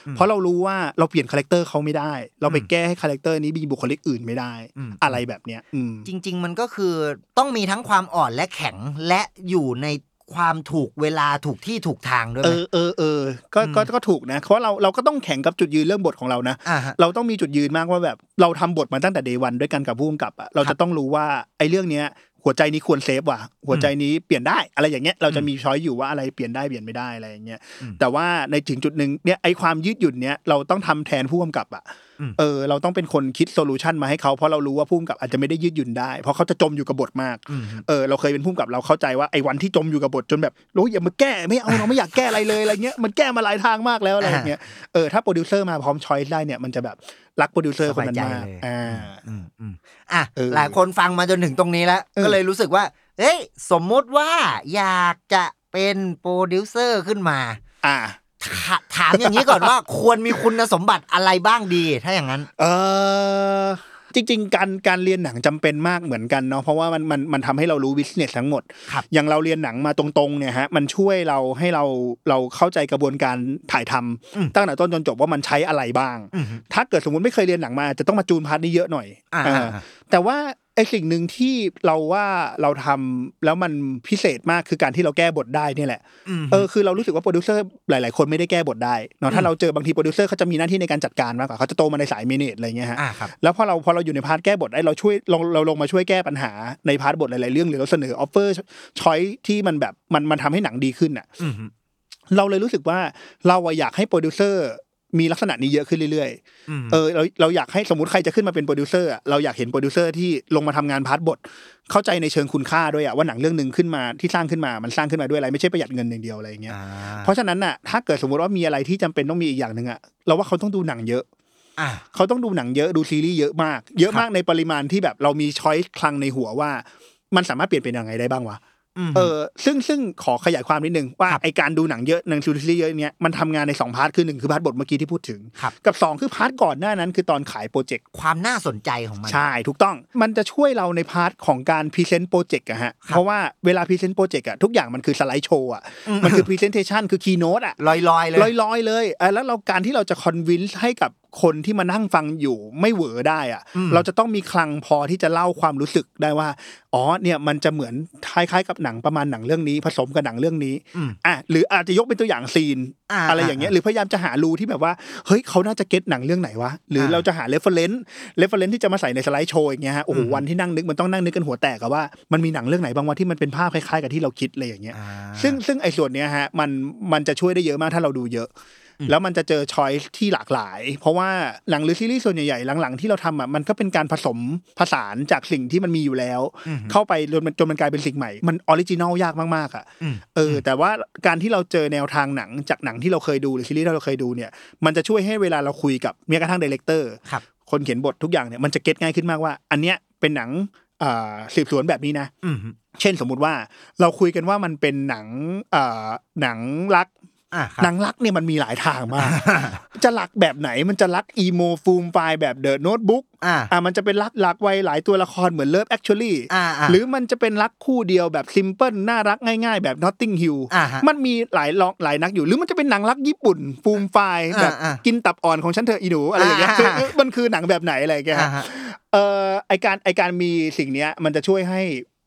B: อืม
C: เพราะเรารู้ว่าเราเปลี่ยนคาแรคเตอร์เขาไม่ได้ เราไป
B: อืม
C: แก้ให้คาแรคเตอร์นี้มีบุคลิกอื่นไม่ได้
B: อืม
C: อะไรแบบเนี้ยอืม
B: จริง ๆ มันก็คือต้องมีทั้งความอ่อนและแข็งและอยู่ในความถูกเวลาถูกที่ถูกทางด้วย
C: เอ
B: ไหม
C: อเออเออก็
B: อืม
C: ก็ก็ถูกนะ เพราะเราเราก็ต้องแข่งกับจุดยืนเรื่องบทของเรานะ
B: อ่าฮะ
C: เราต้องมีจุดยืนมากว่าแบบเราทำบทมาตั้งแต่เดวันด้วยกันกับผู้กำกับอะเรา
B: ครั
C: จะ
B: บ
C: ต้องรู้ว่าไอ้เรื่องเนี้ย หัวใจนี้ควรเซฟว่ะ หัวใจนี้เปลี่ยนได้อะไรอย่างเงี้ยเราจะมีช้อยอยู่ว่าอะไรเปลี่ยนได้เปลี่ยนไม่ได้อะไรอย่างเงี้ย
B: อืม
C: แต่ว่าในถึงจุดหนึ่งเนี่ยไอ้ความยืดหยุ่นเนี้ยเราต้องทำแทนผู้กำกับอะ
B: อืม
C: เออเราต้องเป็นคนคิดโซลูชันมาให้เขาเพราะเรารู้ว่าผู้กำกับอาจจะไม่ได้ยืดหยุ่นได้ เพราะเขาจะจมอยู่กับบทมาก
B: อืม
C: เออเราเคยเป็นผู้กำกับเราเข้าใจว่าไอ้วันที่จมอยู่กับบทจนแบบโอ้ยอย่ามาแก้ไม่เอาเราไม่อยากแก้อะไรเลยอะไรเงี้ยมันแก้มาหลายทางมากแล้วอะไรเงี้ยเออถ้าโปรดิวเซอร์มาพร้อมช้อยส์ได้เนี่ยมันจะแบบรักโปรดิวเซอร์คนนั้นมาก
B: สบายใจเลย
C: อ่า
B: อืมอืมอ่ะ
C: เออ
B: หลายคนฟังมาจนถึงตรงนี้แล้ว
C: เออ
B: ก็เลยรู้สึกว่า เอ้ย สมมุติว่าอยากจะเป็นโปรดิวเซอร์ขึ้นมา
C: อ่า
B: ถาถามอย่างนี้ก่อนว่า ควรมีคุณสมบัติอะไรบ้างดี ถ้าอย่างนั้น
C: เออจริงๆ การการเรียนหนังจำเป็นมากเหมือนกันเนาะเพราะว่ามันมันมันทำให้เรารู้บิสเนสทั้งหมด
B: ครับ
C: อย่างเราเรียนหนังมาตรงๆเนี่ยฮะมันช่วยเราให้เราเราเข้าใจกระบวนการถ่ายทำ
B: อืม
C: ตั้งแต่ต้นจนจบว่ามันใช้อะไรบ้าง
B: อือฮึ
C: ถ้าเกิดสมมติไม่เคยเรียนหนังมาจะต้องมาจูนพาร์ทนี้เยอะหน่อย
B: อ่า
C: เออแต่ว่า ไอสิ่งหนึ่งที่เราว่าเราทำแล้วมันพิเศษมากคือการที่เราแก้บทได้เนี่ยแหละ
B: ม
C: เออคือเรารู้สึกว่าโปรดิวเซอร์หลาย ๆ คนไม่ได้แก้บทได้เนาะถ้าเราเจอบางทีโปรดิวเซอร์เขาจะมีหน้าที่ในการจัดการมากกว่าเขาจะโตมาในสายเมเนจอะไรเงี้ยฮะ
B: อ่าครับ
C: แล้วพอเราพอเราอยู่ในพาร์ทแก้บทได้เราช่วยเราเราลงมาช่วยแก้ปัญหาในพาร์ทบทหลาย ๆ เรื่องหรือเราเสนอออฟเฟอร์ช้อยที่มันแบบมันมันทำให้หนังดีขึ้นอ่ะ
B: อืม
C: เราเลยรู้สึกว่าเราอะอยากให้โปรดิวเซอร์มีลักษณะนี้เยอะขึ้นเรื่อย ๆ
B: อืม
C: เออเราเราอยากให้สมมติใครจะขึ้นมาเป็นโปรดิวเซอร์อะเราอยากเห็นโปรดิวเซอร์ที่ลงมาทำงานพาร์ทบท เข้าใจในเชิงคุณค่าด้วยอะว่าหนังเรื่องหนึ่งขึ้นมาที่สร้างขึ้นมามันสร้างขึ้นมาด้วยอะไรไม่ใช่ประหยัดเงินอย่างเดียวอะไรอย่างเงี้ย
B: อ่า
C: เพราะฉะนั้นน่ะถ้าเกิดสมมติว่ามีอะไรที่จำเป็นต้องมีอีกอย่างหนึ่งอะเราว่าเขาต้องดูหนังเยอะ
B: อ่า
C: เขาต้องดูหนังเยอะดูซีรีส์เยอะมาก เยอะมากในปริมาณที่แบบเรามีช้อยคลังในหัวว่า มันสามารถเปลี่ยนเป็นยังไงได้บ้างวะเออซึ่งซึ่งขอขยายความนิดนึงว่าไอการดูหนังเยอะหนังดูซีรีส์เยอะเนี้ยมันทำงานในสองพาร์ทคือหนึ่งคือพาร์ทบทเมื่อกี้ที่พูดถึง
B: ครับ
C: กับสองคือพาร์ทก่อนหน้านั้นคือตอนขายโปรเจกต์
B: ความน่าสนใจของมัน
C: ใช่ ถูกต้องมันจะช่วยเราในพาร์ทของการพรีเซนต์โปรเจกต์อะฮะ เพราะว่าเวลาพรีเซนต์โปรเจกต์อะทุกอย่างมันคือสไลด์โชว์อะมันคือพรีเซนเทชันคือคีโนตอะ
B: ลอยลอยๆเลย
C: ลอยๆเลยเออแล้วเราการที่เราจะคอนวินส์ให้กับคนที่มานั่งฟังอยู่ไม่เหวอได้อะ
B: อืม
C: เราจะต้องมีคลังพอที่จะเล่าความรู้สึกได้ว่าอ๋อเนี่ยมันจะเหมือนคล้ายๆกับหนังประมาณหนังเรื่องนี้ ผสมกับหนังเรื่องนี้
B: อืม
C: อ่ะหรืออาจจะยกเป็นตัวอย่างซีน
B: อ่า
C: อะไรอย่างเงี้ยหรือพยายามจะหารูที่แบบว่าเฮ้ยเขาน่าจะเก็ตหนังเรื่องไหนวะหรืออา เราจะหาเรฟเฟรนซ์เรฟเฟรนซ์ที่จะมาใส่ในสไลด์โชว์อย่างเงี้ยฮะโอ้โห
B: อืม
C: วันที่นั่งนึกมันต้องนั่งนึกกันหัวแตกอะว่ามันมีหนังเรื่องไหนบ้างวะที่มันเป็นภาพคล้ายๆกับที่เราคิดอะไรอย่างเงี้ย
B: อ่า
C: ซึ่งซึ่งไอ้ส่วนเนี้ยฮะมันมันจะช่วยได้เยอะมากถ้าเราดูเยอะ
B: อืม
C: แล้วมันจะเจอช้อยที่หลากหลาย เพราะว่าหนังหรือซีรีส์ส่วนใหญ่ๆหลังๆที่เราทำอ่ะมันก็เป็นการผสมผสานจากสิ่งที่มันมีอยู่แล้ว
B: อืม
C: เข้าไปจนมันจนมันกลายเป็นสิ่งใหม่ มันออริจินอลยากมากๆอ่ะ
B: อืม
C: เออ แต่ว่าการที่เราเจอแนวทางหนังจากหนังที่เราเคยดูหรือซีรีส์ที่เราเคยดูเนี่ย มันจะช่วยให้เวลาเราคุยกับแม้กระทั่งดีเลกเตอร์
B: ครับ
C: คนเขียนบททุกอย่างเนี่ย มันจะเก็ตง่ายขึ้นมากว่า อันเนี้ยเป็นหนังอ่าสืบสวนแบบนี้นะ
B: อืม
C: เช่นสมมุติว่าเราคุยกันว่ามันเป็นหนังอ่าหนังรัก
B: อ่าครั
C: หนั
B: บ
C: งรักเนี่ยมันมีหลายทางมาก จะรักแบบไหน มันจะรักอีโมฟูมไฟล์แบบเดอะโน้ตบุ๊ก
B: อ่า
C: อ่ะมันจะเป็นรักหลากวัยหลายตัวละครเหมือนเลิฟแอคชวลี่
B: อ่าอ่า
C: หรือมันจะเป็นรักคู่เดียวแบบซิมเพิลน่ารักง่ายๆ แบบนอตติงฮิ l
B: อ่าฮะ
C: มันมีหลายลองหลายนักอยู่ หรือมันจะเป็นหนังรักญี่ปุ่น ฟูมไฟล์
B: อ่า
C: แบบ
B: อ่า
C: กินตับอ่อนของฉันเธอะอีหนูอะไรอย่างเงี้ย
B: อ่า
C: คือ
B: อ่า
C: คือมันคือหนังแบบไหนอะไรอย่างเงี้ย
B: อ่า
C: ฮะ
B: ฮะ
C: เอ่อไอการไอการมีสิ่งเนี้ย มันจะช่วยให้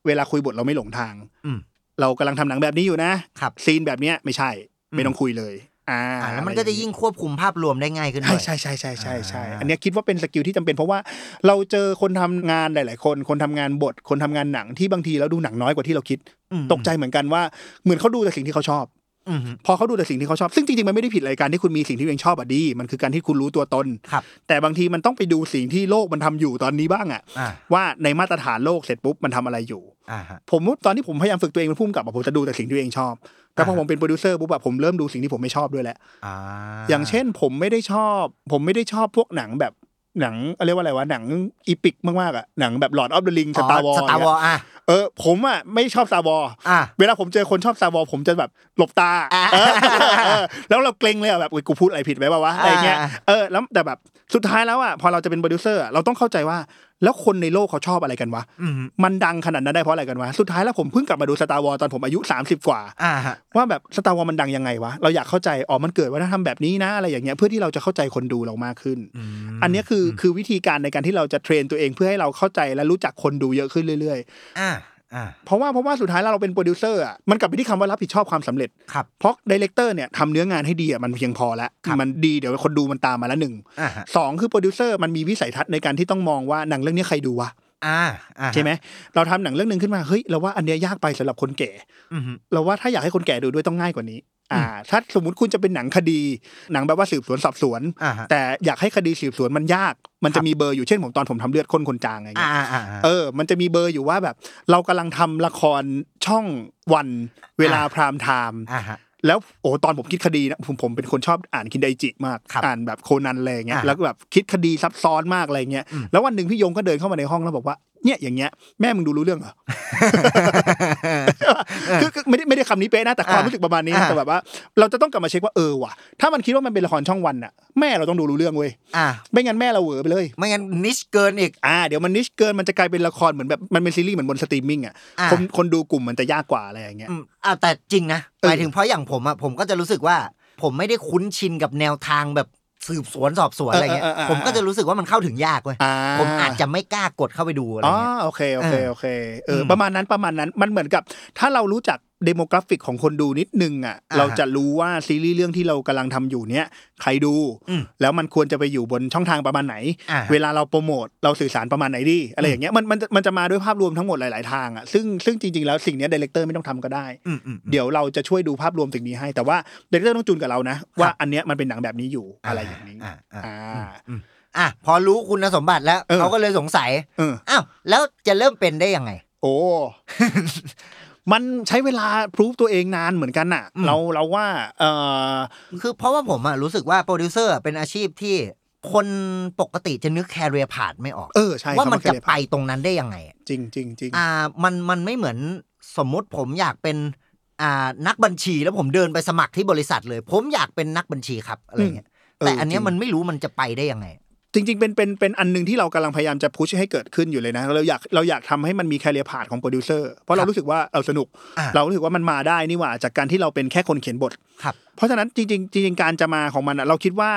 C: เวลาคุยบทเราไม่หลงทาง
B: อืม
C: เรากำลังทำหนังแบบนี้อยู่นะครับ ซีนแบบเนี้ยไม่ใช่ไม่ต้องคุยเลย อ่า
B: อ่าแล้วมันก็จะยิ่งควบคุมภาพรวมได้ง่ายขึ้นด้
C: ใช่
B: วย
C: ใช่ใช่ใช่ใช่ใช่
B: อ่า
C: อันเนี้ยคิดว่าเป็นสกิลที่จำเป็นเพราะว่าเราเจอคนทำงานหลาย ๆ คน คนทำงานบท คนทำงานหนังที่บางทีแล้วดูหนังน้อยกว่าที่เราคิด
B: อืม
C: ตกใจเหมือนกันว่าเหมือนเขาดูแต่สิ่งที่เขาชอบ
B: อืม
C: พอเขาดูแต่สิ่งที่เขาชอบ ซึ่งจริง ๆ มันไม่ได้ผิดอะไรการที่คุณมีสิ่งที่ตัวเองชอบอะดี มันคือการที่คุณรู้ตัวตน
B: ครับ
C: แต่บางทีมันต้องไปดูสิ่งที่โลกมันทำอยู่ตอนนี้บ้างอะ
B: อ่า
C: ว่าในมาตรฐานโลกเสร็จปุ๊บมันทำอะไรอยู่
B: อ่าฮะ
C: ผมตอนที่ผมพยายามฝึกตัวเองเป็นผู้กำกับอะผมจะดูแต่สิ่งที่ตัวเองชอบ แต่พอ
B: อ่า
C: ผมเป็นโปรดิวเซอร์ปุ๊บอะผมเริ่มดูสิ่งที่ผมไม่ชอบด้วยแหละ
B: อ่า
C: อย่างเช่นผมไม่ได้ชอบ ผมไม่ได้ชอบพวกหนังแบบหนังเรียกว่าอะไรวะหนังอีพิกมากๆอ่ะหนังแบบหลอดออฟเดอะลิงสตาร์วอล
B: สตาร์วอลอ่า
C: เออผมอ่ะไม่ชอบสตาร์วอล
B: อ่า
C: เวลาผมเจอคนชอบสตาร์วอลผมจะแบบหลบตา
B: อ่า
C: เออเออ แล้วเราเกรงเลยอ่ะแบบอุ๊ยกูพูดอะไรผิดไปบ้าวะอะไรเงี้ย
B: อ่า
C: เออแล้วแต่แบบสุดท้ายแล้วอ่ะพอเราจะเป็นโปรดิวเซอร์อะเราต้องเข้าใจว่า แล้วคนในโลกเขาชอบอะไรกันวะ
B: อืม
C: มันดังขนาดนั้นได้เพราะอะไรกันวะสุดท้ายแล้วผมเพิ่งกลับมาดูสตาร์วอลตอนผมอายุ 30 กว่า
B: อ่าฮะ
C: ว่าแบบสตาร์วอลมันดังยังไงวะ เราอยากเข้าใจ อ๋อ มันเกิดวัฒนธรรมแบบนี้นะอะไรอย่างเงี้ย เพื่อที่เราจะเข้าใจคนดูเรามากขึ้น อันเนี้ยคืออคือวิธีการในการที่เราจะเทรนตัวเองเพื่อให้เราเข้าใจและรู้จักคนดูเยอะขึ้นเรื่อย
B: อ่า อ่า
C: ๆ เพราะว่าเพราะว่าสุดท้ายแล้วเราเป็นโปรดิวเซอร์อ่ะ มันกลับไปที่คำว่ารับผิดชอบความสำเร็จ
B: ครับ
C: เพราะดีเลกเตอร์เนี่ยทำเนื้องานให้ดีอ่ะมันเพียงพอแล้ว
B: ครับ
C: มันดีเดี๋ยวคนดูมันตามมาแล้วหนึ่ง
B: อ่าฮะ
C: สองคือโปรดิวเซอร์มันมีวิสัยทัศน์ในการที่ต้องมองว่าหนังเรื่องนี้ใครดูวะ
B: อ่า อ่าฮะ
C: ใช่ไหมเราทำหนังเรื่องหนึ่งขึ้นมาเฮ้ยเราว่าอันเนี้ยยากไปสำหรับคนแก่
B: อืม
C: เราว่าถ้าอยากให้คนแก่ดูด้วยต้องง่ายกว่านี้ อ่า ถ้าสมมติคุณจะเป็นหนังคดี หนังแบบว่าสืบสวนสอบสวน
B: อ่าฮะ
C: แต่อยากให้คดีสืบสวนมันยาก มันจะมีเบอร์อยู่เช่นผมตอนผมทำเลือดคนคนจางอะไร
B: อ่า
C: เงี้ย
B: อ่าอ่า
C: เออ มันจะมีเบอร์อยู่ว่าแบบ เรากำลังทำละครช่องวันเวลา
B: อ่า
C: พรามไทม์
B: อ่าฮะ
C: แล้วโอ้ตอนผมคิดคดีนะผมผมเป็นคนชอบอ่านคินไดจิมาก
B: ครับ
C: อ่านแบบโคนันอะไรอย่างเงี้ย
B: อ่า
C: แล้วก็แบบคิดคดีซับซ้อนมากอะไรเงี้ย
B: อืม
C: แล้ววันหนึ่งพี่ยงก็เดินเข้ามาในห้องแล้วบอกว่า เนี่ยอย่างเงี้ยแม่มึงดูรู้เรื่องเหรอ คือคือไม่ได้ไม่ได้คำนี้เป๊ะนะแต่ความ
B: อ่า
C: รู้สึกประมาณนี้
B: อ่า
C: แต่แบบว่า เราจะต้องกลับมาเช็คว่าเออว่ะ ถ้ามันคิดว่ามันเป็นละครช่องวันน่ะแม่เราต้องดูรู้เรื่องเว้ย
B: อ่า
C: ไม่งั้นแม่เราเหวอไปเลย
B: ไม่งั้นนิชเกินอีก
C: อ่าเดี๋ยวมันนิชเกินมันจะกลายเป็นละครเหมือนแบบมันเป็นซีรีส์เหมือนบนสตรีมมิ่งอ่ะ
B: อ่า
C: คนคนดูกลุ่มมันจะยากกว่าอะไรอย่างเงี้ย
B: อืมอ่าแต่จริงนะ
C: เออ
B: หมายถึงเพราะอย่างผมอ่ะผมก็จะรู้สึกว่า ผมไม่ได้คุ้นชินกับแนวทางแบบ สืบสวนสอบสวนอะไรเงี้ย
C: เออเออเออ
B: ผมก็จะรู้สึกว่ามันเข้าถึงยากเว้ย
C: อ่า
B: ผมอาจจะไม่กล้ากดเข้าไปดูอะไร
C: อ๋อ
B: เงี้ย
C: โอเคโอเค
B: เออ
C: โอเคเอออ
B: ม
C: ประมาณนั้นประมาณนั้นมันเหมือนกับ ถ้าเรารู้จักเดโมกราฟิกของคนดูนิดนึงอ่ะ
B: อ่าฮะ
C: เราจะรู้ว่าซีรีส์เรื่องที่เรากำลังทำอยู่เนี้ยใครดู
B: อืม
C: แล้วมันควรจะไปอยู่บนช่องทางประมาณไหน
B: อ่า
C: เวลาเราโปรโมทเราสื่อสารประมาณไหนดีอะไรอย่างเงี้ยมันมันมันจะมาด้วยภาพรวมทั้งหมดหลาย ๆ ทางอ่ะซึ่งซึ่งจริง ๆ แล้วสิ่งเนี้ดีเลกเตอร์ไม่ต้องทำก็ได้
B: อืมอืมอืม
C: เดี๋ยวเราจะช่วยดูภาพรวมสิ่งนี้ให้ แต่ว่าดีเลกเตอร์ต้องจูนกับเรานะ ว่าอันเนี้ยมันเป็นหนังแบบนี้อยู่อะไรอย่างนี้
B: อ่าอ่า
C: อ่า
B: อ่ะพอรู้คุณสมบัติแล้ว
C: เออ
B: เขาก็เลยสงสัย
C: เออ
B: อ้าวแล้วจะเริ่มเป็นได้ยังไง
C: โอ้ มันใช้เวลาพรูฟตัวเองนานเหมือนกันน่ะ
B: อืม
C: เราเราว่าเออ
B: คือเพราะว่าผมอะรู้สึกว่าโปรดิวเซอร์เป็นอาชีพที่คนปกติจะนึกแคริเอร์ผ่านไม่ออก
C: เออใช่
B: ว่ามัน
C: คำ
B: จะ
C: เคย
B: ไปตรงนั้นได้ยังไงอะ
C: จริงจริงจริง
B: อ่ามันมันไม่เหมือนสมมุติผมอยากเป็นอ่านักบัญชีแล้วผมเดินไปสมัครที่บริษัทเลย ผมอยากเป็นนักบัญชีครับอะไรเงี้ยแต่อันเนี้ยมันไม่รู้มันจะไปได้ยังไง
C: จริงจริง ๆ เป็นเป็นเป็นอันหนึ่งที่เรากำลังพยายามจะพุชให้เกิดขึ้นอยู่เลยนะเราอยากเราอยากทำให้มันมีแคเรียพาดของโปรดิวเซอร์เพราะเรารู้สึกว่าเราสนุก
B: อ่า
C: เรารู้สึกว่ามันมาได้นี่หว่าจากการที่เราเป็นแค่คนเขียนบท
B: ครับ
C: เพราะฉะนั้นจริงๆจริงๆการจะมาของมันอะเราคิดว่า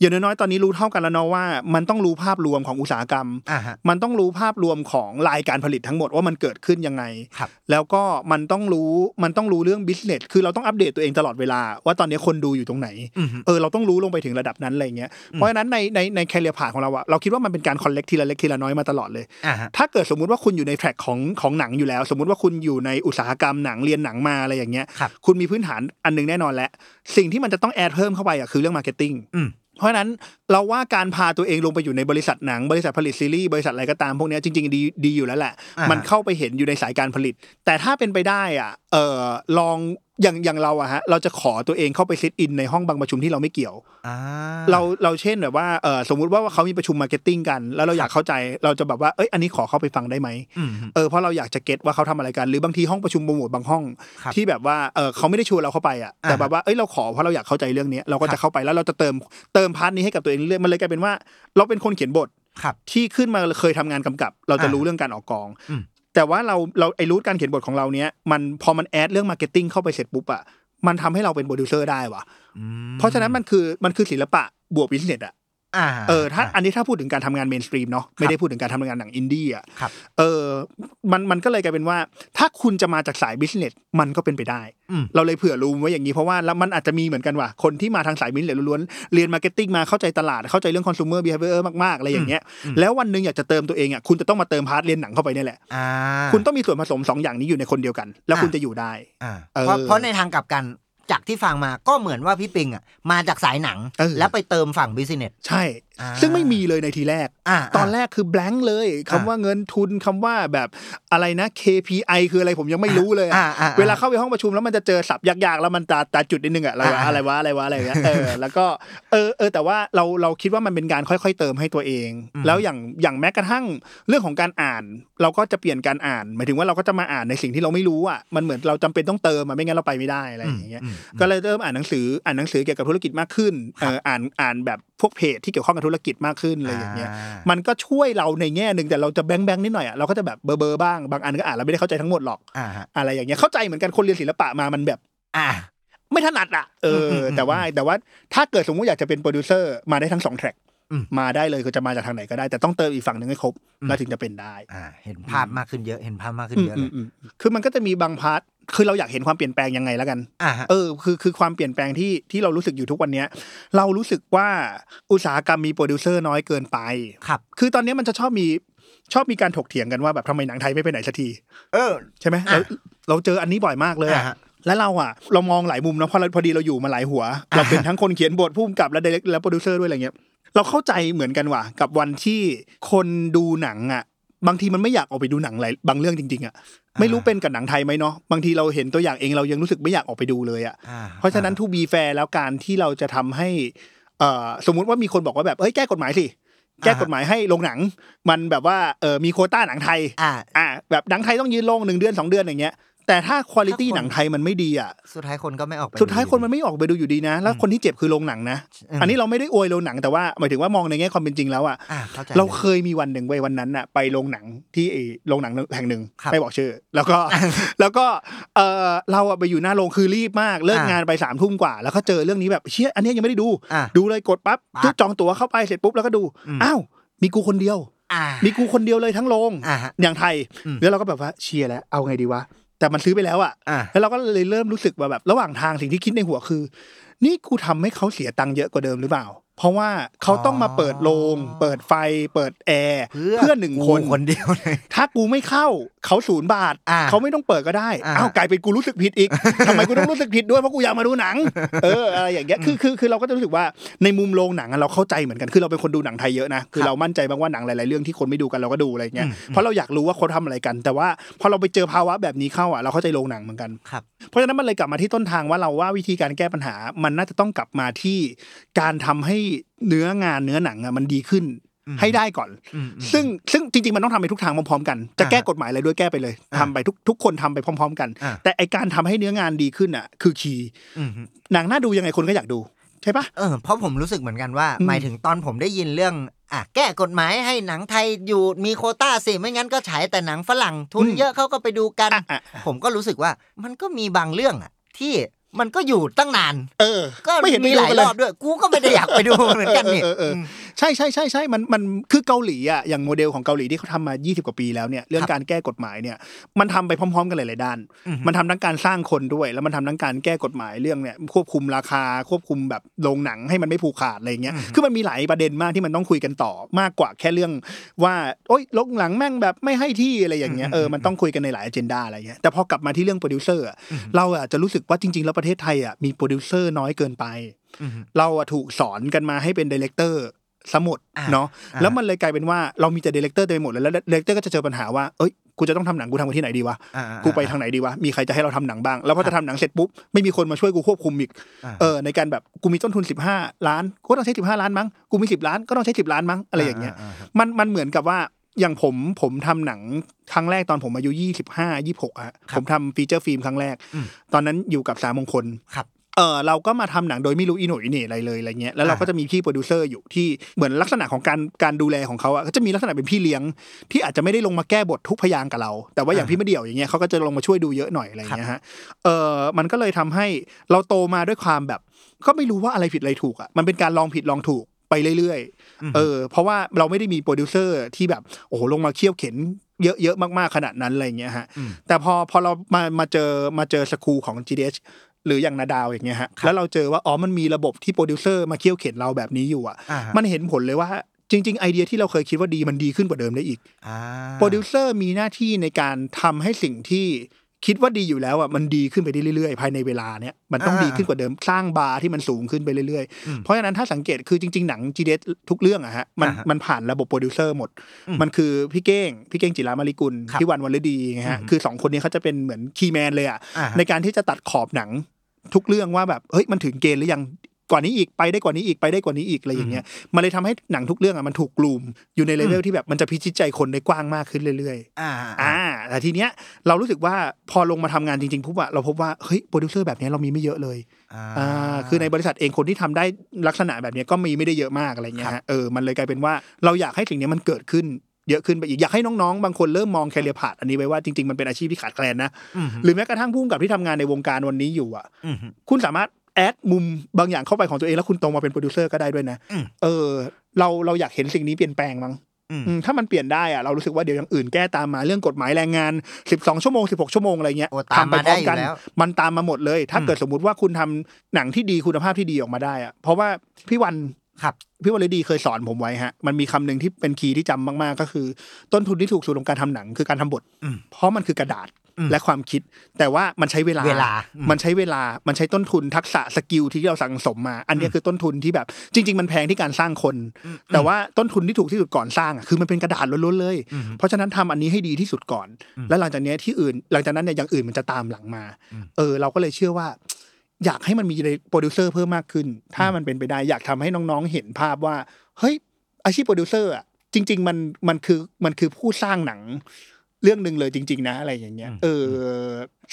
C: อย่างน้อยๆตอนนี้รู้เท่ากันแล้วเนาะว่า มันต้องรู้ภาพรวมของอุตสาหกรรม
B: อ่าฮะ
C: มันต้องรู้ภาพรวมของรายการผลิตทั้งหมดว่ามันเกิดขึ้นยังไง
B: ครับ
C: แล้วก็มันต้องรู้มันต้องรู้เรื่องบิสเนสคือเราต้องอัปเดตตัวเองตลอดเวลา ว่าตอนนี้คนดูอยู่ตรงไหน
B: อืมฮึ
C: เออเราต้องรู้ลงไปถึงระดับนั้นอะไรเงี้ยเพราะฉะนั้นในในในแคเรียผ่านของเราอะเราคิดว่ามันเป็นการคอลเลกทีละเล็กทีละน้อยมาตลอดเลย
B: อ่าฮะ
C: ถ้าเกิดสมมุติว่าคุณอยู่ในแทร็กของของหนังอยู่แล้ว สมมุติว่าคุณอยู่ในอุตสาหกรรมหนังเรียนหนังมาอะไรอย่างเงี้ย
B: ครับ
C: คุณมีพื้นฐานอันหนึงแน่นอนแล้ว สิ่งที่มันจะต้องแอดเพิ่มเข้าไปอ่ะคือเรื่องมาร์เก็ตติ้ง
B: อืม
C: เพราะฉะนั้นเราว่าการพาตัวเองลงไปอยู่ในบริษัทหนัง บริษัทผลิตซีรีส์บริษัทอะไรก็ตามพวกเนี้ยจริง ๆ ดีดีอยู่แล้วแหละ มันเข้าไปเห็นอยู่ในสายการผลิต แต่ถ้าเป็นไปได้อ่ะเออลองอย่างอย่างเราอะฮะเราจะขอตัวเองเข้าไปซิทอินในห้องบางประชุมที่เราไม่เกี่ยว
B: อ่า
C: เราเราเช่นแบบว่าเออสมมุติว่าเขามีประชุมมาร์เก็ตติ้งกัน แล้วเราอยากเข้าใจเราจะแบบว่าเอ้ยอันนี้ขอเข้าไปฟังได้ไหม
B: อืม
C: เออเพราะเราอยากจะเก็ตว่าเขาทำอะไรกันหรือบางทีห้องประชุมโปรโมทบางห้อง
B: ครับ
C: ที่แบบว่าเออเขาไม่ได้ชวนเราเข้าไปอ่ะแต่
B: อ่าฮะ
C: แบบว่าเอ้ยเราขอเพราะเราอยากเข้าใจเรื่องเนี้ยเราก็
B: ครั
C: จะ
B: บ
C: เข้าไปแล้วเราจะเติมเติมพาร์ทนี้ให้กับตัวเองเรื่อยมันเลยกลายเป็นว่า เราเป็นคนเขียนบท
B: ครับ
C: ที่ขึ้นมาเคยทำงานกำกับ เราจะ
B: อ่ารู้
C: รู้เรื่องการออกกอง
B: อืม
C: แต่ว่าเราเราไอรู้การเขียนบทของเราเนี้ยมันพอมันแอดเรื่องมาร์เก็ตติ้งเข้าไปเสร็จปุ๊บอ่ะมันทำให้เราเป็นโปรดิวเซอร์ได้ว่ะ
B: อืม
C: เพราะฉะนั้นมันคือมันคือศิลปะบวกบิสเนสอ่ะ
B: อ่า
C: เออถ้าอันนี้ถ้าพูดถึงการทำงานเมนสตรีมเนาะไม่ได้พูดถึงการทำงานหนังอินดี้อ่ะ
B: ครับ
C: เออมันมันก็เลยกลายเป็นว่า ถ้าคุณจะมาจากสายบิสเนสมันก็เป็นไปได้
B: อืม
C: เราเลยเผื่อรูมไว้อย่างนี้เพราะว่าแล้วมันอาจจะมีเหมือนกันว่ะคนที่มาทางสายบิสเนสล้วนๆเรียนมาร์เก็ตติ้งมาเข้าใจตลาดเข้าใจเรื่องคอน sumer behavior มากๆอะไรอย่างเงี้ย
B: อืม
C: แล้ววันหนึ่งอยากจะเติมตัวเองอ่ะคุณจะต้องมาเติมพาร์ทเรียนหนังเข้าไปเนี่ยแหละ
B: อ่า
C: คุณต้องมีส่วนผสมสองอย่างนี้อยู่ในคนเดียวกัน แล้ว
B: อ่ะ
C: คุณจะอยู่ได้
B: อ่า
C: เออ
B: เพราะเพราะในทางกลับกันจากที่ฟังมาก็เหมือนว่าพี่ปิงอ่ะมาจากสายหนัง
C: เออ
B: แล้วไปเติมฝั่งบิสเนส
C: ใช่
B: อ่า
C: ซึ่งไม่มีเลยในทีแรก
B: อ่า
C: ตอนแรกคือ blank เลยคำว่าเงินทุนคำว่าแบบอะไรนะ KPI คืออะไรผมยังไม่รู้เลยอะ
B: อ่าอ่อ่
C: เวลาเข้าไปห้องประชุมแล้วมันจะเจอศัพท์ยากๆแล้วมันตาตาจุดนิดนึงอะอะไรวะ
B: อ่า
C: อะไรวะอะไรวะอะไรอย่างเงี้ยเออแล้วก็เออเออแต่ว่าเราเราคิดว่ามันเป็นการค่อยๆ เติมให้ตัวเอง
B: อืม
C: แล้วอย่างอย่างแม้กระทั่งเรื่องของการอ่าน เราก็จะเปลี่ยนการอ่าน หมายถึงว่าเราก็จะมาอ่านในสิ่งที่เราไม่รู้อะมันเหมือนเราจำเป็นต้องเติมอะไม่งั้นเราไปไม่ได้อะไรอย่างเงี้ย
B: อืม
C: ก็เลยเริ่มอ่านหนังสืออ่านหนังสือเกี่ยวกับธุรกิจมากขึ้นเอ่ออ่านอ่านแบบพวกเพจที่เกี่ยวข้องกับธุรกิจมากขึ้นอะไรอย่างเงี้ย
B: อ่ามั
C: มันก็ช่วยเราในแง่หนึ่งแต่เราจะแบงแบงๆนิดหน่อยอ่ะเราก็จะแบบเบอร์เบอร์ๆบ้างบางอันก็อ่านเราไม่ได้เข้าใจทั้งหมดหรอก
B: อ่าฮะ
C: อะไรอย่างเงี้ยเข้าใจเหมือนกันคนเรียนศิลปะมามันแบบ
B: อ่า
C: ไม่ถนัดอ่ะเอออ
B: มอืม
C: แต่ว่าแต่ว่าถ้าเกิดสมมติอยากจะเป็นโปรดิวเซอร์มาได้ทั้งสองแทร็ก
B: อืม
C: มาได้เลยคือจะมาจากทางไหนก็ได้ แต่ต้องเติมอีกฝั่งหนึ่งให้ครบ
B: อืม
C: แล้วถึงจะเป็นได้
B: อ่า เห็นภาพมากขึ้นเยอะเห็นภาพมากขึ้น
C: อืม
B: เยอะ
C: อื
B: เล
C: ม
B: ย
C: อืมคือมันก็จะมีบางพาร์ทคือเราอยากเห็นความเปลี่ยนแปลงยังไงแล้วกัน
B: อ่าฮะ
C: เออคือคือความเปลี่ยนแปลงที่ที่เรารู้สึกอยู่ทุกวันเนี้ย เรารู้สึกว่าอุตสาหกรรมมีโปรดิวเซอร์น้อยเกินไป
B: ครับ
C: คือตอนเนี้ยมันจะชอบมีชอบมีการถกเถียงกันว่าแบบทำไมหนังไทยไม่ไปไหนสักที
B: เออ
C: ใช่ไหม
B: อ่ะ
C: เราเราเจออันนี้บ่อยมากเลยอะ
B: อ่าฮะ
C: และเราอ่ะเรามองหลายมุมนะเพราะเราพอดีเราอยู่มาหลายหัว เราเป็นทั้งคนเขียนบทผู้กำกับและ direct และโปรดิวเซอร์ด้วยอะไรเงี้ยเราเข้าใจเหมือนกันว่ะกับวันที่คนดูหนังอ่ะ บางทีมันไม่อยากออกไปดูหนังหลายบางเรื่องจริงๆอ่ะไม่รู้เป็นกับหนังไทยไหมเนาะบางทีเราเห็นตัวอย่างเองเรายังรู้สึกไม่อยากออกไปดูเลยอ่ะ
B: อ่า
C: เพราะฉะนั้นทูบีแฟร์แล้วการที่เราจะทำให้เอ่อสมมุติว่ามีคนบอกว่าแบบเอ้ยแก้กฎหมายสิแก้กฎหมายให้โรงหนัง มันแบบว่าเออมีโควต้าหนังไทย
B: อ่า
C: อ่าแบบหนังไทยต้องยืนโรงหนึ่งเดือนสองเดือนอย่างเงี้ย แต่ถ้าคุณภาพหนังไทยมันไม่ดีอ่ะ
B: สุดท้ายคนก็ไม่ออกไป
C: สุดท้ายคนมันไม่ออกไปดูอยู่ดีนะ แล้วคนที่เจ็บคือโรงหนังนะ
B: อืม
C: อันนี้เราไม่ได้อวยโรงหนังแต่ว่าหมายถึงว่ามองในแง่ความเป็นจริงแล้วอ่ะ
B: อ่ะเข้าใจ
C: เราเคยมีวันหนึ่งไว้ยวันนั้นอ่ะไปโรงหนังที่ไอ้โรงหนังแห่งหนึ่ง
B: ครับ
C: ไม่บอกชื่อ แล้วก็ แล้วก็เออเราอ่ะไปอยู่หน้าโรงคือรีบมากเลิก
B: อ่าง
C: งานไปสามทุ่มกว่า แล้วก็เจอเรื่องนี้แบบเชี่ยอันเนี้ยยังไม่ได้ดู
B: อ่ะ
C: ดูเลยกดปั๊บ
B: ปั๊บ
C: จองตั๋วเข้าไปเสร็จปุ๊บแล้วก็ดู
B: อืม
C: อ้าวมีกูคนเดียว
B: อ่า
C: มีกูคนเดียวเลยทั้งโรง
B: อ่าฮะ
C: อย่างไทย
B: อืม
C: แล้วเราก็แบบว่าเชียร์แล้วเอาไงดีวะแต่มันซื้อไปแล้วอ่ะ
B: อ่า
C: แล้วเราก็เลยเริ่มรู้สึกว่าแบบระหว่างทางสิ่งที่คิดในหัวคือ นี่กูทำให้เขาเสียตังค์เยอะกว่าเดิมหรือเปล่า เพราะว่าเขาต้องมาเปิดโรงเปิดไฟ เปิดแอร์เพื่อหนึ่งคน
B: คนเดียวเลย
C: ถ้ากูไม่เข้าเขาศูนย์บาท
B: อ่า
C: เขาไม่ต้องเปิดก็ได้
B: อ่า
C: อ้าวกลายเป็นกูรู้สึกผิด อีก ทำไมกูต้องรู้สึกผิดด้วยเพราะกูอยากมาดูหนัง เอออะไรอย่างเงี้ยคือคือคือเราก็จะรู้สึกว่าในมุมโรงหนังอะเราเข้าใจเหมือนกันคือเราเป็นคนดูหนังไทยเยอะนะคือ
B: ครับ
C: เรามั่นใจบ้างว่าหนังหลายๆเรื่องที่คนไม่ดูกันเราก็ดูอะไรเงี้ย
B: อืม
C: เพราะเราอยากรู้ว่าเขาทำอะไรกัน แต่ว่าพอเราไปเจอภาวะแบบนี้เข้าอ่ะเราเข้าใจโรงหนังเหมือนกัน
B: ครับ
C: เพราะฉะนั้นมันเลยกลับมาที่ต้นทางว่าเราว่าวิธีการแก้ปัญหา มันน่าจะต้องกลับมาที่การทำให้เนื้องานเนื้อหนังอะมันดีขึ้นให้ได้ก่อน
B: อืมอืม
C: ซึ่งซึ่งจริงๆ มันต้องทำไปทุกทางพร้อมๆกัน จะ
B: อ่า
C: แก้กฎหมายอะไรด้วยแก้ไปเลย
B: อ่า
C: ทำไปทุกทุกคนทำไปพร้อม ๆ กัน
B: อ่า
C: แต่ไอการทำให้เนื้องานดีขึ้นอ่ะ คือคีย์
B: อืม
C: หนังน่าดูยังไงคนก็อยากดู ใช่ปะ
B: เออเพราะผมรู้สึกเหมือนกันว่า
C: อืม
B: หมายถึงตอนผมได้ยินเรื่องอ่ะแก้กฎหมายให้หนังไทยอยู่มีโควต้าสิไม่งั้นก็ฉายแต่หนังฝรั่งทุนเยอะเขาก็ไปดูกัน
C: อ่ะอ่ะ
B: ผมก็รู้สึกว่ามันก็มีบางเรื่องอ่ะ ที่มันก็อยู่ตั้งนาน
C: เออ
B: ก็
C: ไม่เห็นไป
B: มี
C: ดู
B: หลาย
C: กั
B: ร
C: นเลย
B: อบด้วย กูก็ไม่ได้อยากไปดูเหมือนกันนี่
C: เออเออเออใช่ใช่ใช่ใช่มันมันคือเกาหลีอ่ะอย่างโมเดลของเกาหลีที่เขาทำมา 20 กว่าปีแล้วเนี่ยเรื่องการแก้กฎหมายเนี่ยมันทำไปพร้อม ๆ กันหลายๆด้าน มันทำทั้งการสร้างคนด้วย แล้วมันทำทั้งการแก้กฎหมายเรื่องเนี่ยควบคุมราคาควบคุมแบบโรงหนังให้มันไม่ผูกขาดอะไรเงี้ยคือมันมีหลายประเด็นมากที่มันต้องคุยกันต่อมากกว่าแค่เรื่องว่าโอ๊ยโรงหนังแม่งแบบไม่ให้ที่อะไรอย่างเงี้ยเออมันต้องคุยกันในหลายอเจนดาอะไรเงี้ยแต่พอกลับมาที่เรื่องโปรดิวเซอร์อะเราอ่ะจะรู้สึกว่าจริง ๆ แล้วประเทศไทยอ่ะมีโปรดิวเซอร์น้อยเกินไป
B: อืม
C: เราอะถูกสอนกันมาให้เป็นดีเลกเตอร์สมุด
B: อ่า
C: เนาะ
B: อ่า
C: แล้วมันเลยกลายเป็นว่าเรามีแต่ดีเลกเตอร์เต็มไปหมดเลยแล้วดีเลกเตอร์ก็จะเจอปัญหาว่าเอ้ยกูจะต้องทำหนังกูทำกันที่ไหนดีวะ
B: อ่า
C: กูไปทางไหนดีวะมีใครจะให้เราทำหนังบ้างแล้วพอจะทำหนังเสร็จปุ๊บไม่มีคนมาช่วยกูควบคุมอีก
B: อ่า
C: เออในการแบบกูมีต้นทุน 15 ล้านกูต้องใช้ 15 ล้านมั้งกูมี10ล้านก็ต้องใช้ 10 ล้านมั้งอะไรอย่างเงี้ยมันมันเหมือนกับว่าอย่างผมผมทำหนังครั้งแรกตอนผมอายุ25 26อะผมทำฟีเจอร์ฟิล์มครั้งแรก ตอนนั้นอยู่กับสามมงคล
B: ครับ
C: เออเราก็มาทำหนังโดยไม่รู้อีโหน่อีเหน่อะไรเลยอะไรเงี้ยแล้วเรา
B: อ่าฮะ
C: ก็จะมีพี่โปรดิวเซอร์อยู่ที่เหมือนลักษณะของการการดูแลของเขาอ่ะก็จะมีลักษณะเป็นพี่เลี้ยง ที่อาจจะไม่ได้ลงมาแก้บททุกพยางค์กับเรา แต่ว่าอย่าง
B: อ่าฮะ
C: พี่มะเดี่ยวอย่างเงี้ยเขาก็จะลงมาช่วยดูเยอะหน่อยอะไรเงี้ยฮะเออมันก็เลยทำให้เราโตมาด้วยความแบบ ก็ไม่รู้ว่าอะไรผิดอะไรถูกอ่ะมันเป็นการลองผิดลองถูกไปเรื่อย
B: อืม
C: ๆเออเพราะว่าเราไม่ได้มีโปรดิวเซอร์ที่แบบโอ้โหลงมาเคี่ยวเข็นเยอะๆมากๆขนาดนั้นอะไรเงี้ยฮะ แต่พอพอเรามามาเจอมาเจอสกูของ GDH หรืออย่างนาดาวอย่างเงี้ยฮะแล้วเราเจอว่าอ๋อมันมีระบบที่โปรดิวเซอร์มาเคี่ยวเข็นเราแบบนี้อยู่อ่ะ
B: อ่าฮะ
C: มันเห็นผลเลยว่าจริง ๆ ไอเดียที่เราเคยคิดว่าดีมันดีขึ้นกว่าเดิมได้อีก โปรดิวเซอร์มีหน้าที่ในการทำให้สิ่งที่คิดว่าดีอยู่แล้วอ่ะมันดีขึ้นไปได้เรื่อยๆ ภายในเวลาเนี้ยมันต้อง
B: อ่า
C: ดีขึ้นกว่าเดิมสร้างบาร์ที่มันสูงขึ้นไปเรื่อย
B: อืม
C: ๆ เพราะฉะนั้นถ้าสังเกตคือจริง ๆ หนัง g d เทุกเรื่องอะฮะมัน
B: อ่าฮะ
C: มันผ่านระบบโปรดิวเซอร์หมด
B: อืม
C: มันคือพี่เก้งพี่เก้งจิรามาริกุล
B: ครับ
C: พี่วันวันฤดีไงฮะ
B: อืม
C: คือสองคนนี้เขาจะเป็นเหมือนคีย์แมนเลยอ่ะ
B: อ่าฮะ
C: ในการที่จะตัดขอบหนังทุกเรื่องว่าแบบเฮ้ยมันถึงเกณฑ์หรือยังกว่านี้อีกไปได้กว่านี้อีกไปได้กว่านี้อีกอะไรอย่างเงี้ยมันเลยทำให้หนังทุกเรื่องอ่ะมันถูกกลุ่มอยู่ในเลเวลที่แบบมันจะพิชิตใจคนได้กว้างมากขึ้นเรื่อย
B: อ่า
C: ๆอ่าแต่ทีเนี้ยเรารู้สึกว่าพอลงมาทำงานจริงๆปุ๊บอะเราพบว่าเฮ้ยโปรดิวเซอร์แบบเนี้ยเรามีไม่เยอะเลย
B: อ่า
C: อ่าคือในบริษัทเองคนที่ทำได้ลักษณะแบบเนี้ยก็มีไม่ได้เยอะมากอะไรเงี้ยฮะเออมันเลยกลายเป็นว่าเราอยากให้สิ่งเนี้ยมันเกิดขึ้นเยอะขึ้นไปอีกอยากให้น้องๆบางคนเริ่มมองแคเรียพาดอันนี้ไว้ว่าจริงๆมันเป็นอาชีพที่ขาดแคลนนะ หรือแม้กระทั่งผู้กำกับที่ทำงานในวงการวันนี้อยู่อ่ะ คุณสามารถแอดมุมบางอย่างเข้าไปของตัวเองแล้วคุณตรงมาเป็นโปรดิวเซอร์ก็ได้ด้วยนะ
B: อืม
C: เออ เราเราอยากเห็นสิ่งนี้เปลี่ยนแปลงมั้ง
B: อืม
C: อืมถ้ามันเปลี่ยนได้อ่ะเรารู้สึกว่าเดี๋ยวอย่างอื่นแก้ตามมาเรื่องกฎหมายแรงงาน 12 ชั่วโมง 16 ชั่วโมงอะไรเงี้ย
B: โอ้ตาม
C: ทำไป
B: มา
C: พร้
B: ได้
C: อ
B: อ
C: ม
B: ยู่
C: กัน
B: แล้ว
C: มันตามมาหมดเลย ถ้า
B: อืม
C: เกิดสมมติว่าคุณทำหนังที่ดีคุณภาพที่ดีออกมาได้อ่ะเพราะว่าพี่วัน
B: ครับ
C: พี่วันฤดีเคยสอนผมไว้ฮะมันมีคำหนึ่งที่เป็นคีย์ที่จำมากๆ ก็คือ ต้นทุนที่ถูกสุดของการทำหนังคือการทำบท
B: อืม
C: เพราะมันคือกระดาษ
B: อืม
C: และความคิด แต่ว่ามันใช้เวลา
B: เวลาอืม
C: มันใช้เวลา มันใช้ต้นทุนทักษะสกิลที่เราสั่งสมมา อันเนี้ยคือต้นทุนที่แบบ จริง ๆ มันแพงที่การสร้างคน แต่ว่าต้นทุนที่ถูกที่สุดก่อนสร้างอ่ะคือมันเป็นกระดาษล้วนๆเลย
B: อืม
C: เพราะฉะนั้นทำอันนี้ให้ดีที่สุดก่อน
B: อืม
C: แล้วหลังจากเนี้ยที่อื่น หลังจากนั้นเนี่ยอย่างอื่นมันจะตามหลังมา
B: อืม
C: เออ เราก็เลยเชื่อว่า อยากให้มันมีโปรดิวเซอร์เพิ่มมากขึ้น ถ้ามันเป็นไปได้อยากทำให้น้องๆเห็นภาพว่า เฮ้ย อาชีพโปรดิวเซอร์อ่ะจริง ๆ มันมันคือมันคือผู้สร้างหนัง เรื่องหนึ่งเลยจริง ๆ นะอะไรอย่างเงี้ย
A: อืม
C: เออ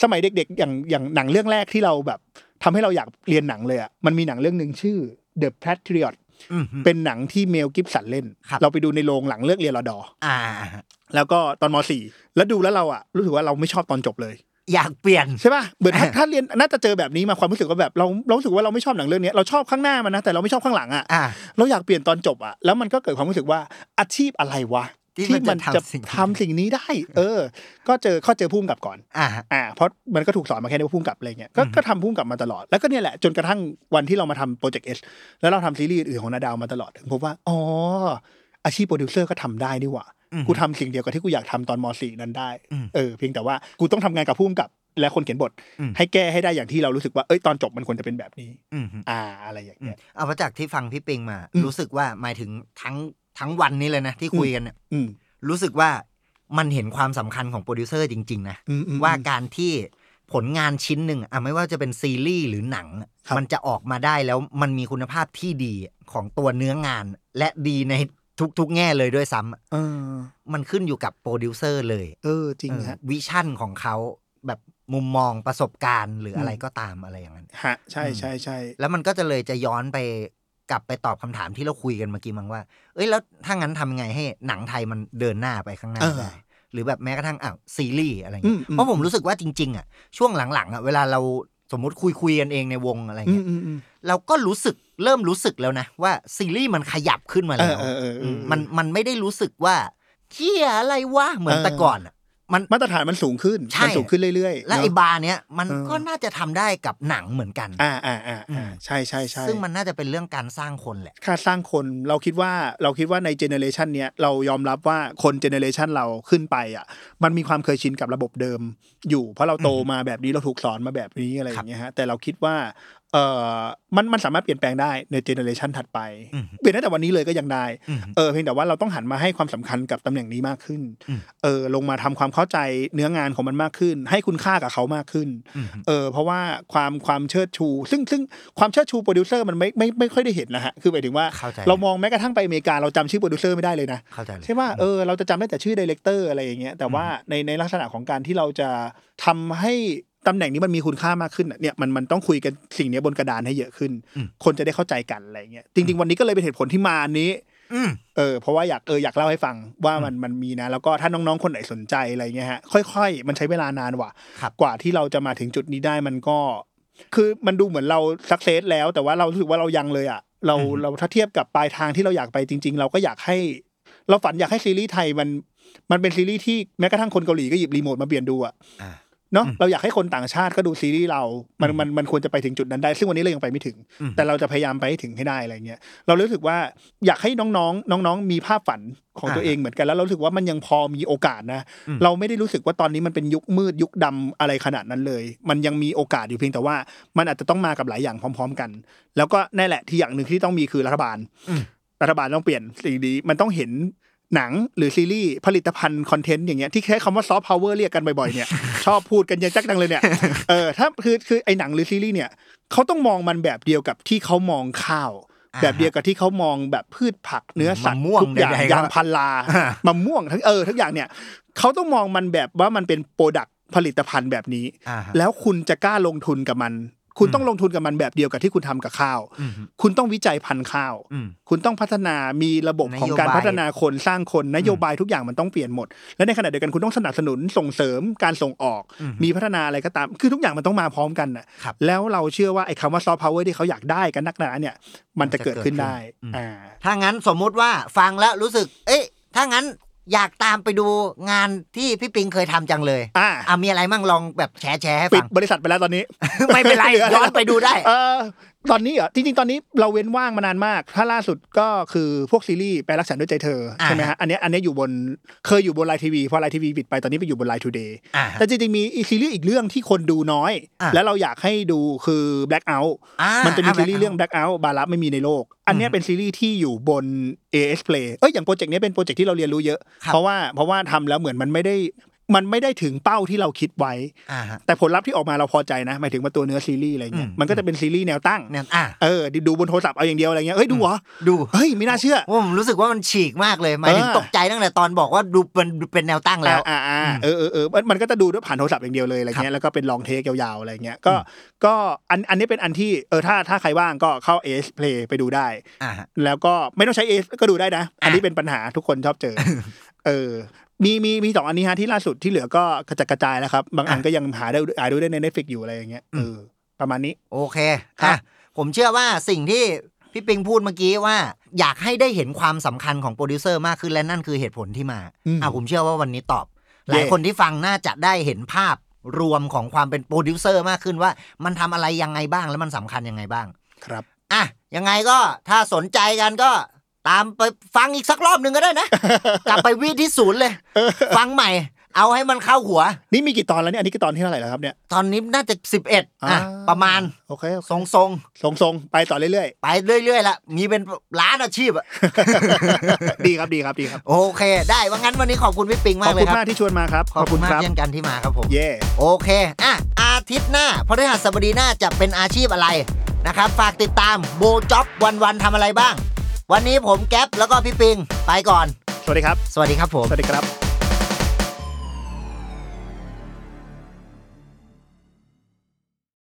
C: สมัยเด็กๆ อย่างอย่างหนังเรื่องแรกที่เราแบบทำให้เราอยากเรียนหนังเลยอ่ะมันมีหนังเรื่องหนึ่งชื่อ The Patriot
B: อืม
C: เป็นหนังที่เมลกิฟสันเล่น
B: ครับ
C: เราไปดูในโรงหลังเลิกเรียนรอดอ
B: อ่า
C: แล้วก็ตอนม .4 แล้วดูแล้วเราอ่ะรู้สึกว่าเราไม่ชอบตอนจบเลย
B: อยากเปลี่ยน
C: ใช่ป่ะเหมือน ถ้า
B: อ่า
C: ถ้าเรียนน่าจะเจอแบบนี้มาความรู้สึกว่าแบบเราเรารู้สึกว่าเราไม่ชอบหนังเรื่องเนี้ยเราชอบข้างหน้ามันนะแต่เราไม่ชอบข้างหลังอ่ะ
B: อ่า
C: เราอยากเปลี่ยนตอนจบอ่ะแล้วมันก็เกิดความรู้สึกว่าอาชีพอะไรวะ
B: ที่มันจะทำสิ่งนี้
C: ทำสิ่งนี้ได้ เออ ก็เจอข้อเจอพุ่มกับก่อน
B: อ่า
C: อ่าเพราะมันก็ถูกสอนมาแค่นี้ว่าพุ่มกับอะไรเงี้ยก็ก็ทำพุ่มกับมาตลอดแล้วก็เนี่ยแหละจนกระทั่งวันที่เรามาทำโปรเจกต์เอสแล้วเราทำซีรีส์อื่นๆของนาดาวมาตลอดถึงพบว่าอ๋ออาชีพโปรดิวเซอร์ก็ทำได้นี่หว่า
B: อืม
C: กูทำสิ่งเดียวกับที่กูอยากทำตอนมสี่นั้นได้
B: อืม
C: เออเพียงแต่ว่ากูต้องทำงานกับพุ่มกับและคนเขียนบท
B: อืม
C: ให้แก้ให้ได้อย่างที่เรารู้สึกว่าเอ้ยตอนจบมันควรจะเป็นแบบนี้
B: อืม
C: อ่าอะไรอย่างเงี้ย
B: เอาเพราะจากที่ฟังพี่ปิงมา
C: อืม
B: รู้สึกว่าหมายถึงทั้งทั้งวันนี้เลยนะที่คุยกันเนี่ย
C: อืม
B: รู้สึกว่ามันเห็นความสำคัญของโปรดิวเซอร์จริง ๆ นะ
C: อืมอืม
B: ว่าการที่ผลงานชิ้นหนึ่งอ่ะไม่ว่าจะเป็นซีรีส์หรือหนังอะ
C: ครับ
B: มันจะออกมาได้แล้วมันมีคุณภาพที่ดีของตัวเนื้องาน และดีในทุกๆ แง่เลยด้วยซ้ำอะ
C: เออ
B: มันขึ้นอยู่กับโปรดิวเซอร์เลย
C: เออจริงฮะ
B: เออวิชั่นของเขาแบบมุมมองประสบการณ์หรืออะไร
C: อืม
B: ก็ตามอะไรอย่างนั้น
C: ฮะใช่ใช่ใช่
B: แล้วมันก็จะเลยจะย้อนไปกลับไปตอบคำถามที่เราคุยกันเมื่อกี้มั้งว่า เอ้ยแล้วถ้างั้นทำไงให้หนังไทยมันเดินหน้าไปข้างหน้าได้ หรือแบบแม้กระทั่งอ้าวซีรีส์อะไรเงี้
C: อื
B: ย
C: มอื
B: เพราะผมรู้สึกว่าจริงๆอ่ะช่วงหลังๆอ่ะเวลาเราสมมติคุยคุยๆกันเองในวงอะไร
C: อื
B: เงี้
C: ม
B: ย
C: อืมอืม
B: เราก็รู้สึกเริ่มรู้สึกแล้วนะ ว่าซีรีส์มันขยับขึ้นมาแล้ว
C: เออเออเอออื
B: มมันมันไม่ได้รู้สึกว่าเชี่ยอะไรวะเหมือนแต่ก่อนอะมัน
C: มาตรฐานมันสูงขึ้น
B: ใช่
C: มันสูงขึ้นเรื่อยๆ
B: และไอ้
C: เนอะ
B: บาร์เนี้ยมัน
C: เออ
B: ก็น่าจะทำได้กับหนังเหมือนกัน
C: อ่าอ่าอ่า
B: อืม
C: อ่าใช่ใช่ใช่
B: ซึ่งมันน่าจะเป็นเรื่องการสร้างคนแหละ
C: ค่าสร้างคนเราคิดว่าเราคิดว่าในเจเนอเรชันเนี้ยเรายอมรับว่าคนเจเนอเรชันเราขึ้นไปอ่ะมันมีความเคยชินกับระบบเดิมอยู่ เพราะเราโตมาแบบนี้เราถูกสอนมาแบบนี้อะไรอย่างเงี้ยฮะแต่เราคิดว่าเออมันมันสามารถเปลี่ยนแปลงได้ในเจเนอเรชันถัดไป
B: อืม
C: เปลี่ยนตั้งแต่วันนี้เลยก็ยังได้
B: อืม
C: เออเพียงแต่ว่าเราต้องหันมาให้ความสำคัญกับตำแหน่งนี้มากขึ้น
B: อืม
C: เออลงมาทำความเข้าใจเนื้องานของมันมากขึ้น ให้คุณค่ากับเขามากขึ้น
B: อืม
C: เออเพราะว่าความความเชิดชู ซึ่งซึ่งความเชิดชูโปรดิวเซอร์มันไม่ไม่ไม่ค่อยได้เห็นนะฮะคือหมายถึงว่า
B: เข้าใจ
C: เรามองแม้กระทั่งไปอเมริกาเราจำชื่อโปรดิวเซอร์ไม่ได้เลยนะ
B: เข้าใจเลย
C: ใช่ว่าเออเราจะจำได้แต่ชื่อดีเลกเตอร์อะไรอย่างเงี้ยแต่ว่าในในลักษณะของการที่เราจะทำให้ตำแหน่งนี้มันมีคุณค่ามากขึ้นน่ะเนี่ยมันมันต้องคุยกันสิ่งเนี้ยบนกระดานให้เยอะขึ้น
B: อืม
C: คนจะได้เข้าใจกันอะไรเงี้ยจริง ๆ วันนี้ก็เลยเป็นเหตุผลที่มาอันนี้
B: อืม
C: เออเพราะว่าอยากเอออยากเล่าให้ฟังว่ามันมันมีนะ แล้วก็ถ้าน้องๆคนไหนสนใจอะไรเงี้ยฮะค่อยๆ มันใช้เวลานานว่ะ
B: ครับ
C: กว่าที่เราจะมาถึงจุดนี้ได้มันก็ คือมันดูเหมือนเราสักเซสแล้วแต่ว่าเรารู้สึกว่าเรายังเลยอ่ะเราเราถ้าเทียบกับปลายทางที่เราอยากไปจริง ๆ เราก็อยากให้ เราฝันอยากให้ซีรีส์ไทยมันมันเป็นซีรีส์ที่แม้กระทั่งคนเกาหลีก็หยิบรีโมทมาเปลี่ยนดูอ่ะ
B: อ่า
C: เนาะเราอยากให้คนต่างชาติก็ดูซีรีส์เรา มันมันมันควรจะไปถึงจุดนั้นได้ ซึ่งวันนี้เรายังไปไม่ถึง
B: อืม
C: แต่เราจะพยายามไปให้ถึงให้ได้อะไรเงี้ย เรารู้สึกว่าอยากให้น้องๆ น้องๆ มีภาพฝันของตัว
B: อ่า
C: เองเหมือนกันแล้วเรารู้สึกว่ามันยังพอมีโอกาสนะ
B: อืม
C: เราไม่ได้รู้สึกว่าตอนนี้มันเป็นยุคมืดยุคดำอะไรขนาดนั้นเลย มันยังมีโอกาสอยู่เพียงแต่ว่า มันอาจจะต้องมากับหลายอย่างพร้อม ๆ กัน แล้วก็แน่นแหละที่อย่างหนึ่งที่ต้องมีคือรัฐบาล รัฐบาลต้องเปลี่ยนสิ่งนี้มันต้องเห็นหนังหรือซีรีส์ผลิตภัณฑ์คอนเทนต์อย่างเงี้ยที่ใช้คำว่าซอฟต์พาวเวอร์เรียกกันบ่อยๆ เนี่ย ชอบพูดกันเยอะจักดังเลยเนี่ยเออถ้าคือคือไอ้หนังหรือซีรีส์เนี่ยเขาต้องมองมันแบบเดียวกับที่เขามองข้าว
B: อ่า
C: แบบเดียวกับที่เขามองแบบพืชผักเนื้อสัตว์
B: มะม่วง
C: ทุกอย่าง
B: ใดๆก็
C: ยางพาร
B: อ่าม
C: มะม่วงทั้งเออทั้งอย่างเนี่ยเขาต้องมองมันแบบว่ามันเป็นโปรดักผลิตภัณฑ์แบบนี้
B: อ่าฮะ
C: แล้วคุณจะกล้าลงทุนกับมัน คุณ
B: อืม
C: ต้องลงทุนกับมันแบบเดียวกับที่คุณทำกับข้าว
B: อืม
C: คุณต้องวิจัยพันธุ์ข้าว
B: อืม
C: คุณต้องพัฒนามีระบบของการ
B: นโยบาย
C: พัฒนาคนสร้างคนนโยบายทุกอย่างมันต้องเปลี่ยนหมด และในขณะเดียวกันคุณต้องสนับสนุนส่งเสริมการส่งออก
B: อืม
C: มีพัฒนาอะไรก็ตาม คือทุกอย่างมันต้องมาพร้อมกันนะครับแล้วเราเชื่อว่าไอ้คำว่าซอฟต์พาวเวอร์ที่เขาอยากได้กันนักหนาเนี่ย มันจะเกิดขึ้นได้
B: อืม
C: อ่า
B: ถ้างั้นสมมุติว่าฟังแล้วรู้สึก เอ๊ะ ถ้างั้นอยากตามไปดูงานที่พี่ปิงเคยทำจังเลย
C: อ่า
B: อ่ะมีอะไรมั่งลองแบบแชร์แชร์ให้
C: ปิ
B: ฟั
C: ด
B: ง
C: บริษัทไปแล้วตอนนี้
B: ไม่เป็นไร
C: เหลืออะไร
B: ย้อนไปดูได้
C: เออตอนนี้เหรอจริงๆ ตอนนี้เราเว้นว่างมานานมาก ถ้าล่าสุดก็คือพวกซีรีส์แปลรักฉันด้วยใจเธอใช่ไหมฮะอันเนี้ยอันเนี้ยอยู่บนเคยอยู่บนไลน์ทีวีพอไลน์ทีวีปิดไปตอนนี้ไปอยู่บนไลน์ทูเดย์
B: อ่า
C: แต่จริงๆมีอีกซีรีส์อีกเรื่องที่คนดูน้อย
B: อ่ะ
C: แล้วเราอยากให้ดูคือ Black Out
B: อ่า
C: มันจะมี
B: า
C: ซีรีส์เรื่อง Black Out บารับไม่มีในโลก อันเนี้ย
B: อืม
C: เป็นซีรีส์ที่อยู่บน AS Play เอ้ยอย่างโปรเจกต์เนี้ยเป็นโปรเจกต์ที่เราเรียนรู้เยอะ
B: ครับ
C: เพราะว่าเพราะว่าทำแล้วเหมือนมันไม่ได้ มันไม่ได้ถึงเป้าที่เราคิดไว้
B: อ่าฮะ
C: แต่ผลลัพธ์ที่ออกมาเราพอใจนะหมายถึงว่าตัวเนื้อซีรีส์อะไรเงี้ย
B: อืม
C: มันก็จะเป็นซีรีส์แนวตั้ง
B: เนี่ยอ่ะ
C: เออดูบนโทรศัพท์เอาอย่างเดียวอะไรเงี้ยเฮ้ยดูเหรอ
B: ดู
C: เฮ้ยไม่น่าเชื่อ
B: ว่าผมรู้สึกว่ามันฉีกมากเลยหมายถึง
C: เออ
B: ตกใจตั้งแต่ตอนบอกว่าดูเป็นเป็นแนวตั้งแล้ว
C: อ่าอ่า
B: อืม
C: เออเออเออมันมันก็จะดูด้วยผ่านโทรศัพท์อย่างเดียวเลยอะไรเงี้ยแล้วก็เป็นลองเทคยาวๆอะไรเงี้ยก็
B: อืม
C: ก็อันอันนี้เป็นอันที่เออถ้าถ้าใครว่างก็เข้า AS Play ไปดูได้
B: อ่าฮะ
C: แล้วก็ไม่ต้องใช้ AS ก็ดูได้นะ อันนี้
B: อ่ะ
C: เป็นปัญหาทุกคนชอบเจอ เออ มีมีมีสองอันนี้ฮะที่ล่าสุดที่เหลือก็กระจัดกระจายแล้วครับ บางอันก็ยังหาได้หาดูได้ใน Netflix อยู่อะไรอย่างเงี้ยเออประมาณนี้
B: โอเค
C: ครั
B: อ่ะ
C: บ
B: ผมเชื่อว่าสิ่งที่พี่ปิงพูดเมื่อกี้ว่า อยากให้ได้เห็นความสำคัญของโปรดิวเซอร์มากขึ้นและนั่นคือเหตุผลที่มา
C: อืม
B: อ่ะผมเชื่อว่าวันนี้ตอบ หลายคนที่ฟังน่าจะได้เห็นภาพรวมของความเป็นโปรดิวเซอร์มากขึ้นว่า มันทำอะไรยังไงบ้างและมันสำคัญยังไงบ้าง
C: ครับ
B: อ่ะยังไงก็ถ้าสนใจกันก็ตามไปฟังอีกสักรอบหนึ่งก็ได้ นะ กลับไปวิที่ศูนย์เลย ฟังใหม่ เอาให้มันเข้าหัว
C: นี่มีกี่ตอนแล้วเนี่ยอันนี้กี่ตอนที่เท่าไหร่แล้วครับเนี่ย
B: ตอนนี้น่าจะ 11
C: อ่
B: อ่ะประมาณ
C: โอเค
B: ทรงๆ
C: ทรงทรงๆไปต่อเรื่อย
B: ไปเรื่อยๆละมีเป็นล้านอาชีพอะ
C: ๆ ดีครับดีครับดีครับ
B: โอเค ได้ว่างั้นวันนี้ขอบคุณพี่ปิง
C: ข
B: มา
C: อก บ
B: เล
C: คุ
B: ย
C: ณ
B: ค
C: มา
B: รับ
C: กที่ชวนมาครับ
B: มาก
C: ครับ
B: เช่นกันที่มาครับผม
C: เย่
B: โอเค อ่ะ อาทิตย์หน้าพฤหัสบดีหน้าจะเป็นอาชีพอะไรนะครับ ฝากติดตามโบจ็อบวันวันๆทำอะไรบ้าง วันนี้ผมแก๊ปแล้วก็พี่ปิง ไปก่อน
C: สวัสดีครับ
B: สวัสดีครับผม
C: สวัสดีครับ